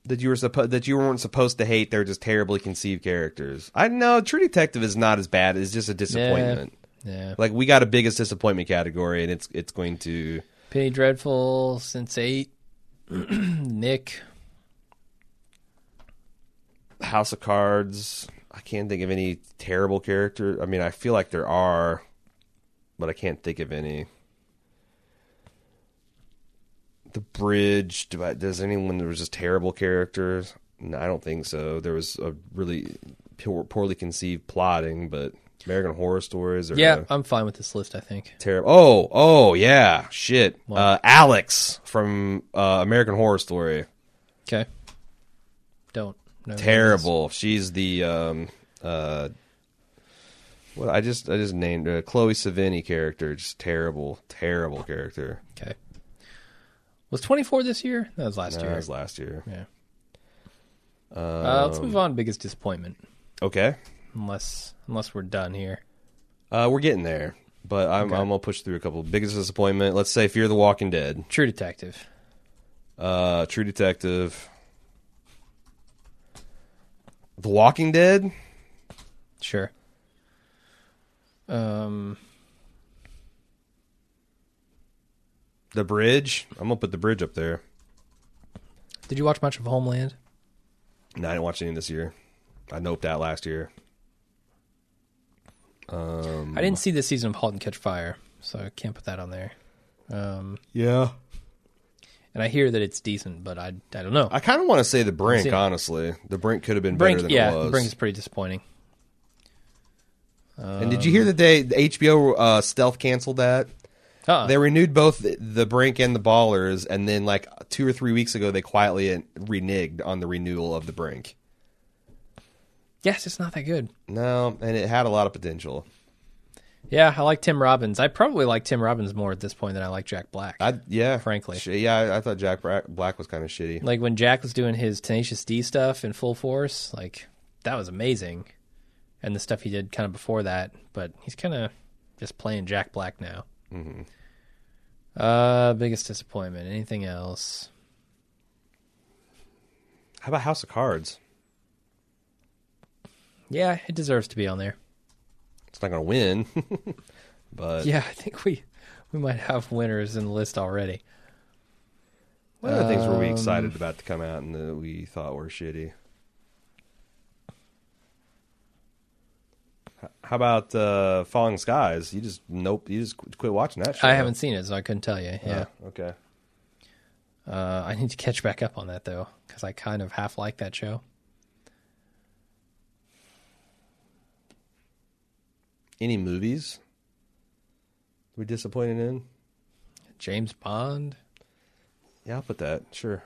That you were supposed that you weren't supposed to hate. They're just terribly conceived characters. I know True Detective is not as bad. It's just a disappointment.
Yeah.
Like we got a biggest disappointment category, and it's it's going to
Penny Dreadful, Sense Eight, *clears throat* Nick.
House of Cards. I can't think of any terrible character. I mean, I feel like there are, but I can't think of any. The Bridge. Do I, does anyone there was just terrible characters? No, I don't think so. There was a really poor, poorly conceived plotting, but American Horror Stories are
Yeah, I'm fine with this list. I think.
terrible. Oh, oh yeah, shit. Uh, Alex from uh, American Horror Story.
Okay. Don't. No,
terrible. She's the um uh what I just I just named uh, Chloe Savini character. Just terrible, terrible character.
Okay. Was 24 this year? That was last
That
year.
was last year.
yeah. uh, let's move on. Biggest disappointment,
Okay,
unless unless we're done here.
uh, we're getting there, but I'm I'm gonna push through a couple. Biggest disappointment. Let's say Fear the Walking Dead,
True Detective.
uh, True Detective, The Walking Dead.
Sure. Um.
The bridge. I'm gonna put the bridge up there.
Did you watch much of Homeland?
No, I didn't watch any this year. I noped out last year.
I didn't see this season of *Halt and Catch Fire*, so I can't put that on there. Um,
Yeah.
and I hear that it's decent, but I I don't know.
I kind of want to say the brink,
See-
honestly. The brink could have been better
Brink,
than
yeah,
it was.
Brink is pretty disappointing.
and did you hear that they the HBO uh, stealth canceled that?
Uh-uh.
They renewed both the, the brink and the ballers, and then like two or three weeks ago, they quietly reneged on the renewal of the brink.
yes, it's not that good.
No, and it had a lot of potential.
Yeah, I like Tim Robbins. I probably like Tim Robbins more at this point than I like Jack Black.
I yeah,
Frankly.
Sh- yeah, I, I thought Jack Bra- Black was kind of shitty.
like when Jack was doing his Tenacious D stuff in full force, like that was amazing. And the stuff he did kind of before that, but he's kind of just playing Jack Black now. Mm-hmm. Uh, biggest disappointment. Anything else?
How about House of Cards?
Yeah, it deserves to be on there.
It's not going to win, but
Yeah, *laughs* I think we we might have winners in the list already.
one of the things were we excited about to come out and that we thought were shitty. H- How about uh, Falling Skies? You just nope. You just qu- quit watching that. Show.
I haven't seen it, so I couldn't tell you. Yeah,
Oh, okay.
uh, I need to catch back up on that though, because I kind of half like that show.
Any movies we disappointed in?
James Bond.
Yeah, I'll put that. Sure.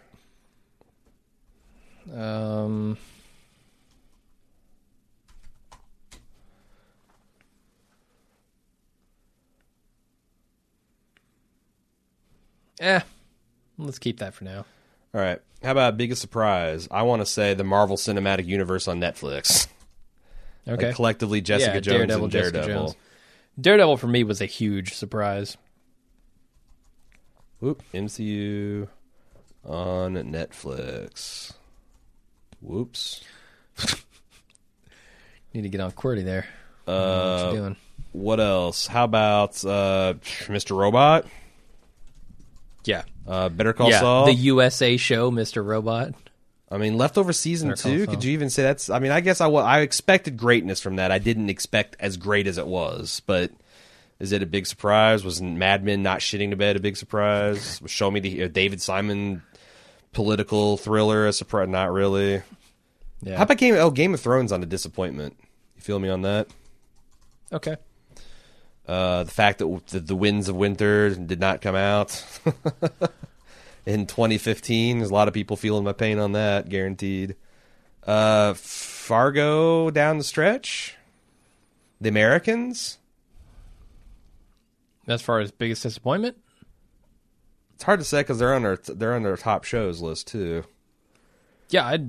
Um, eh, let's keep that for now.
All right. How about biggest surprise? I want to say the Marvel Cinematic Universe on Netflix. Like,
Okay,
collectively, Jessica
yeah,
Jones
Daredevil,
and
Jessica
Daredevil.
Jones. Daredevil for me was a huge surprise.
Whoop. MCU on Netflix. Whoops.
Need to get on QWERTY there.
Uh,
what you doing?
what else? How about uh, Mr. Robot?
Yeah,
Uh, Better Call
yeah.
Saul.
The USA show, Mr. Robot.
I mean, Leftover season
Better Call
two.
Saul.
Could you even say that's? I mean, I guess I wa- I expected greatness from that. I didn't expect as great as it was, but. Is it a big surprise? Was Mad Men not shitting to bed a big surprise? Was Show Me the uh, David Simon political thriller a surprise? Not really.
Yeah.
How about Game? Oh, Game of Thrones on a disappointment. You feel me on that?
okay?
Uh, the fact that w- the, the Winds of Winter did not come out. *laughs* in 2015. There's a lot of people feeling my pain on that, guaranteed. Uh, Fargo down the stretch. The Americans.
As far as biggest disappointment,
It's hard to say because they're on their they're on their top shows list too.
yeah, I,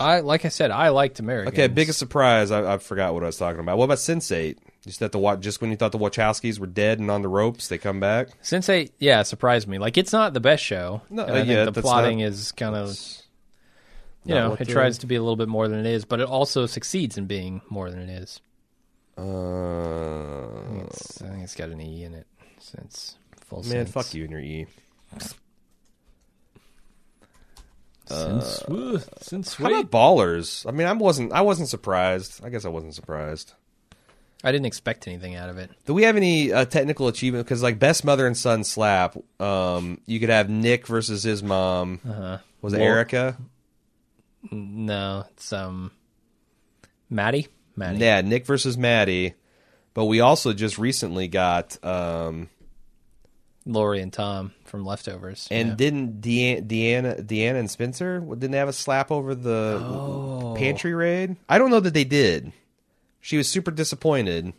I like I said, I liked Americans.
Okay, biggest surprise. I, I forgot what I was talking about. What about Sensate? You said the wa- just when you thought the Wachowskis were dead and on the ropes, they come back.
Since eight, yeah, surprised me. Like it's not the best show.
No,
And I think
yeah,
the
that's
plotting
not-
is kind of you
not
know
what
it
the-
tries to be a little bit more than it is, but it also succeeds in being more than it is.
Uh,
It's, I think it's got an E in it. So it's full
man,
sense.
fuck you and your E.
Since, uh, since
How about Ballers? I mean, I wasn't I wasn't surprised. I guess I wasn't surprised.
I didn't expect anything out of it.
Do we have any uh, technical achievement? Because like best mother and son slap, um, you could have Nick versus his mom. Was it
Uh-huh. Well-
Erica?
No, it's um, Maddie. Maddie.
Yeah, Nick versus Maddie. But we also just recently got, um,
Lori and Tom from Leftovers.
and
Yeah.
didn't Deanna, Deanna, Deanna and Spencer didn't they have a slap over the pantry raid? I don't know that they did. She was super disappointed.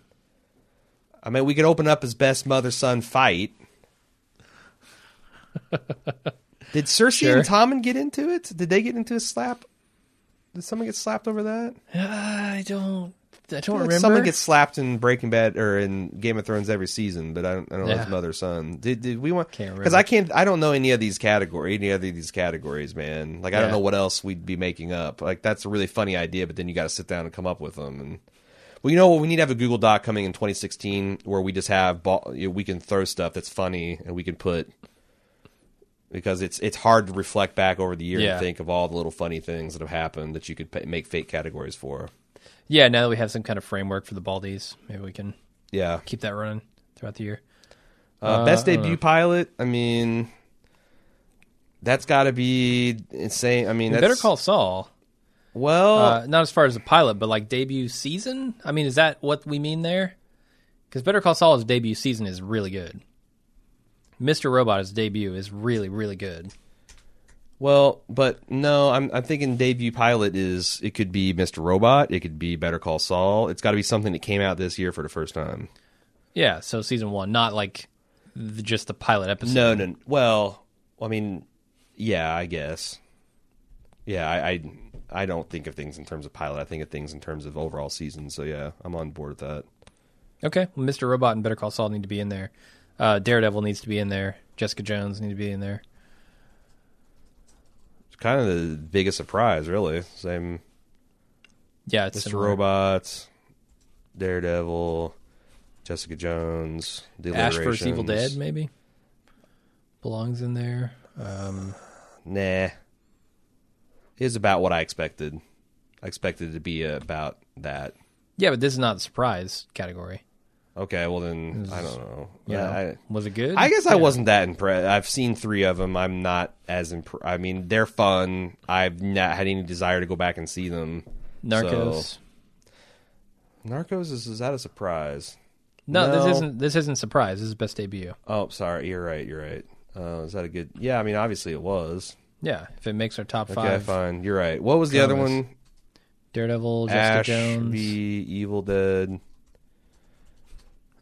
I mean, we could open up as best mother son fight. did Cersei and Tommen get into it? Did they get into a slap? Did someone get slapped over that?
I don't. I don't
feel like
remember.
someone gets slapped in Breaking Bad or in Game of Thrones every season, but I don't, I don't know
Yeah.
if mother or son. Did, did we want?
Can't
Because I can't. I don't know any of these category, any of these categories, man. Like I don't
Yeah.
know what else we'd be making up. Like that's a really funny idea, but then you got to sit down and come up with them. And well, you know what? We need to have a Google Doc coming in 2016 where we just have ball, you know, we can throw stuff that's funny and we can put. Because it's it's hard to reflect back over the year
Yeah.
and think of all the little funny things that have happened that you could pa make fake categories for.
yeah, now that we have some kind of framework for the Baldies, maybe we can
Yeah,
keep that running throughout the year.
Uh, best debut pilot. I mean, that's got to be insane. I mean, that's,
Better Call Saul.
Well,
Uh, not as far as the pilot, but like debut season. I mean, is that what we mean there? Because Better Call Saul's debut season is really good. Mr. Robot's debut is really, really good.
well, but no. I'm I'm thinking debut pilot is it could be Mr. Robot. It could be Better Call Saul. It's got to be something that came out this year for the first time.
Yeah, so season one, not like the, just the pilot episode.
No, no. Well, I mean, yeah, I guess. Yeah, I, I I don't think of things in terms of pilot. I think of things in terms of overall season. So yeah, I'm on board with that.
Okay, well, Mr. Robot and Better Call Saul need to be in there. Uh, Daredevil needs to be in there. Jessica Jones need to be in there.
It's kind of the biggest surprise, really. Same.
Yeah, it's
Mr.
similar.
Robot, Daredevil, Jessica Jones, The
Ash vs. Evil Dead
Alliterations.
maybe belongs in there.
Nah, is about what I expected. I expected it to be about that.
Yeah, but this is not the surprise category.
Okay, well then I don't know. Yeah, I,
was it good?
I guess I
Yeah.
wasn't that impressed. I've seen three of them. I'm not as impressed. I mean, they're fun. I've not had any desire to go back and see them.
Narcos.
So- Narcos is, is that a surprise?
no,
No.
this isn't. This isn't surprise. This is best debut.
Oh, sorry. You're right. You're right. Uh, is that a good? Yeah, I mean, obviously it was.
Yeah, if it makes our top
Okay,
five,
fine. You're right. What was the other
Promise.
one?
Daredevil, Jessica
Ash
Jones.
v. Evil Dead.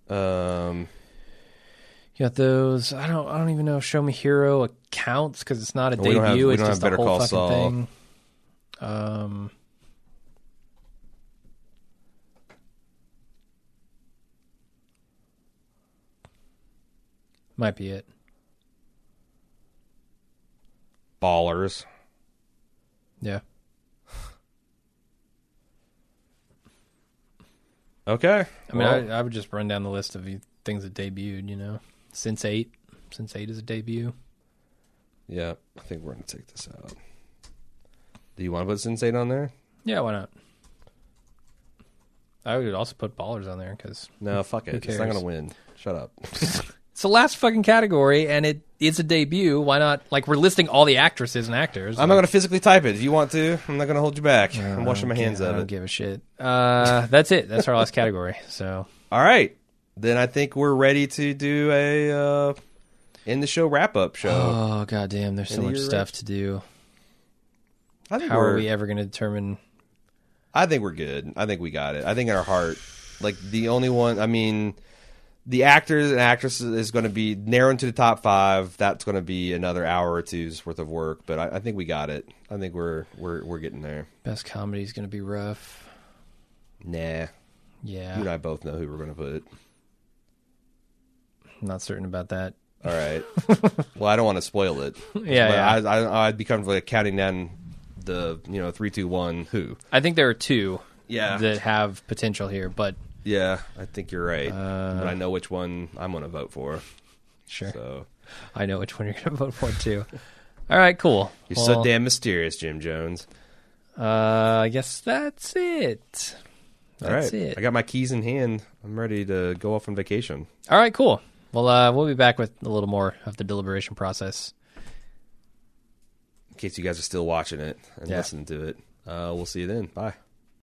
Um,
You got those. I don't. I don't even know. if Show Me Hero accounts because it's not a
we
debut.
don't have- we
it's
don't
just
have
a
Better
whole
Call
fucking
Saul.
thing. Um. Might be it.
Ballers.
Yeah.
Okay.
I mean,
Well,
I, I would just run down the list of the things that debuted. You know, since eight, since eight is a debut.
yeah, I think we're gonna take this out. Do you want to put Sensate on there?
Yeah, why not? I would also put ballers on there because
No, fuck it. It's not
cares?
gonna win.
*laughs*
Shut up.
it's the last fucking category, and it it's a debut. Why not? Like we're listing all the actresses and actors.
I'm not gonna physically type it. If you want to, I'm not gonna hold you back. I'm washing my hands
I
of
don't
it.
give a shit. Uh, *laughs* that's it. That's our last category. So
All right. Then I think we're ready to do a uh, in the show wrap
*gasps*
up show.
Oh goddamn! There's so
And
much
you're
stuff to do.
I think
How
we're,
are we ever going to determine?
I think we're good. I think we got it. I think in our heart, like the only one. I mean, the actors and actresses is going to be narrowing to the top five. That's going to be another hour or two's worth of work. But I, I think we got it. I think we're we're we're getting there.
Best comedy is going to be rough.
Nah,
Yeah,
you and I both know who we're going to put.
I'm not certain about that.
All
*laughs*
right. well, I don't want to spoil it.
Yeah,
But
yeah.
I, I, I'd be comfortable like, counting down the you know three, two, one. Who?
I think there are two.
Yeah.
that have potential here, but
Yeah, I think you're right. but I know which one I'm going to vote for.
Uh, sure,
So
I know which one you're going to *laughs* vote for too. All right, cool.
you're so
Well,
damn mysterious, Jim Jones.
Uh, I guess that's it.
All right,
That's it.
I got my keys in hand. I'm ready to go off on vacation.
All right, cool. Well, uh, we'll be back with a little more of the deliberation process.
In case you guys are still watching it and
Yeah.
listening to it, uh, we'll see you then. Bye.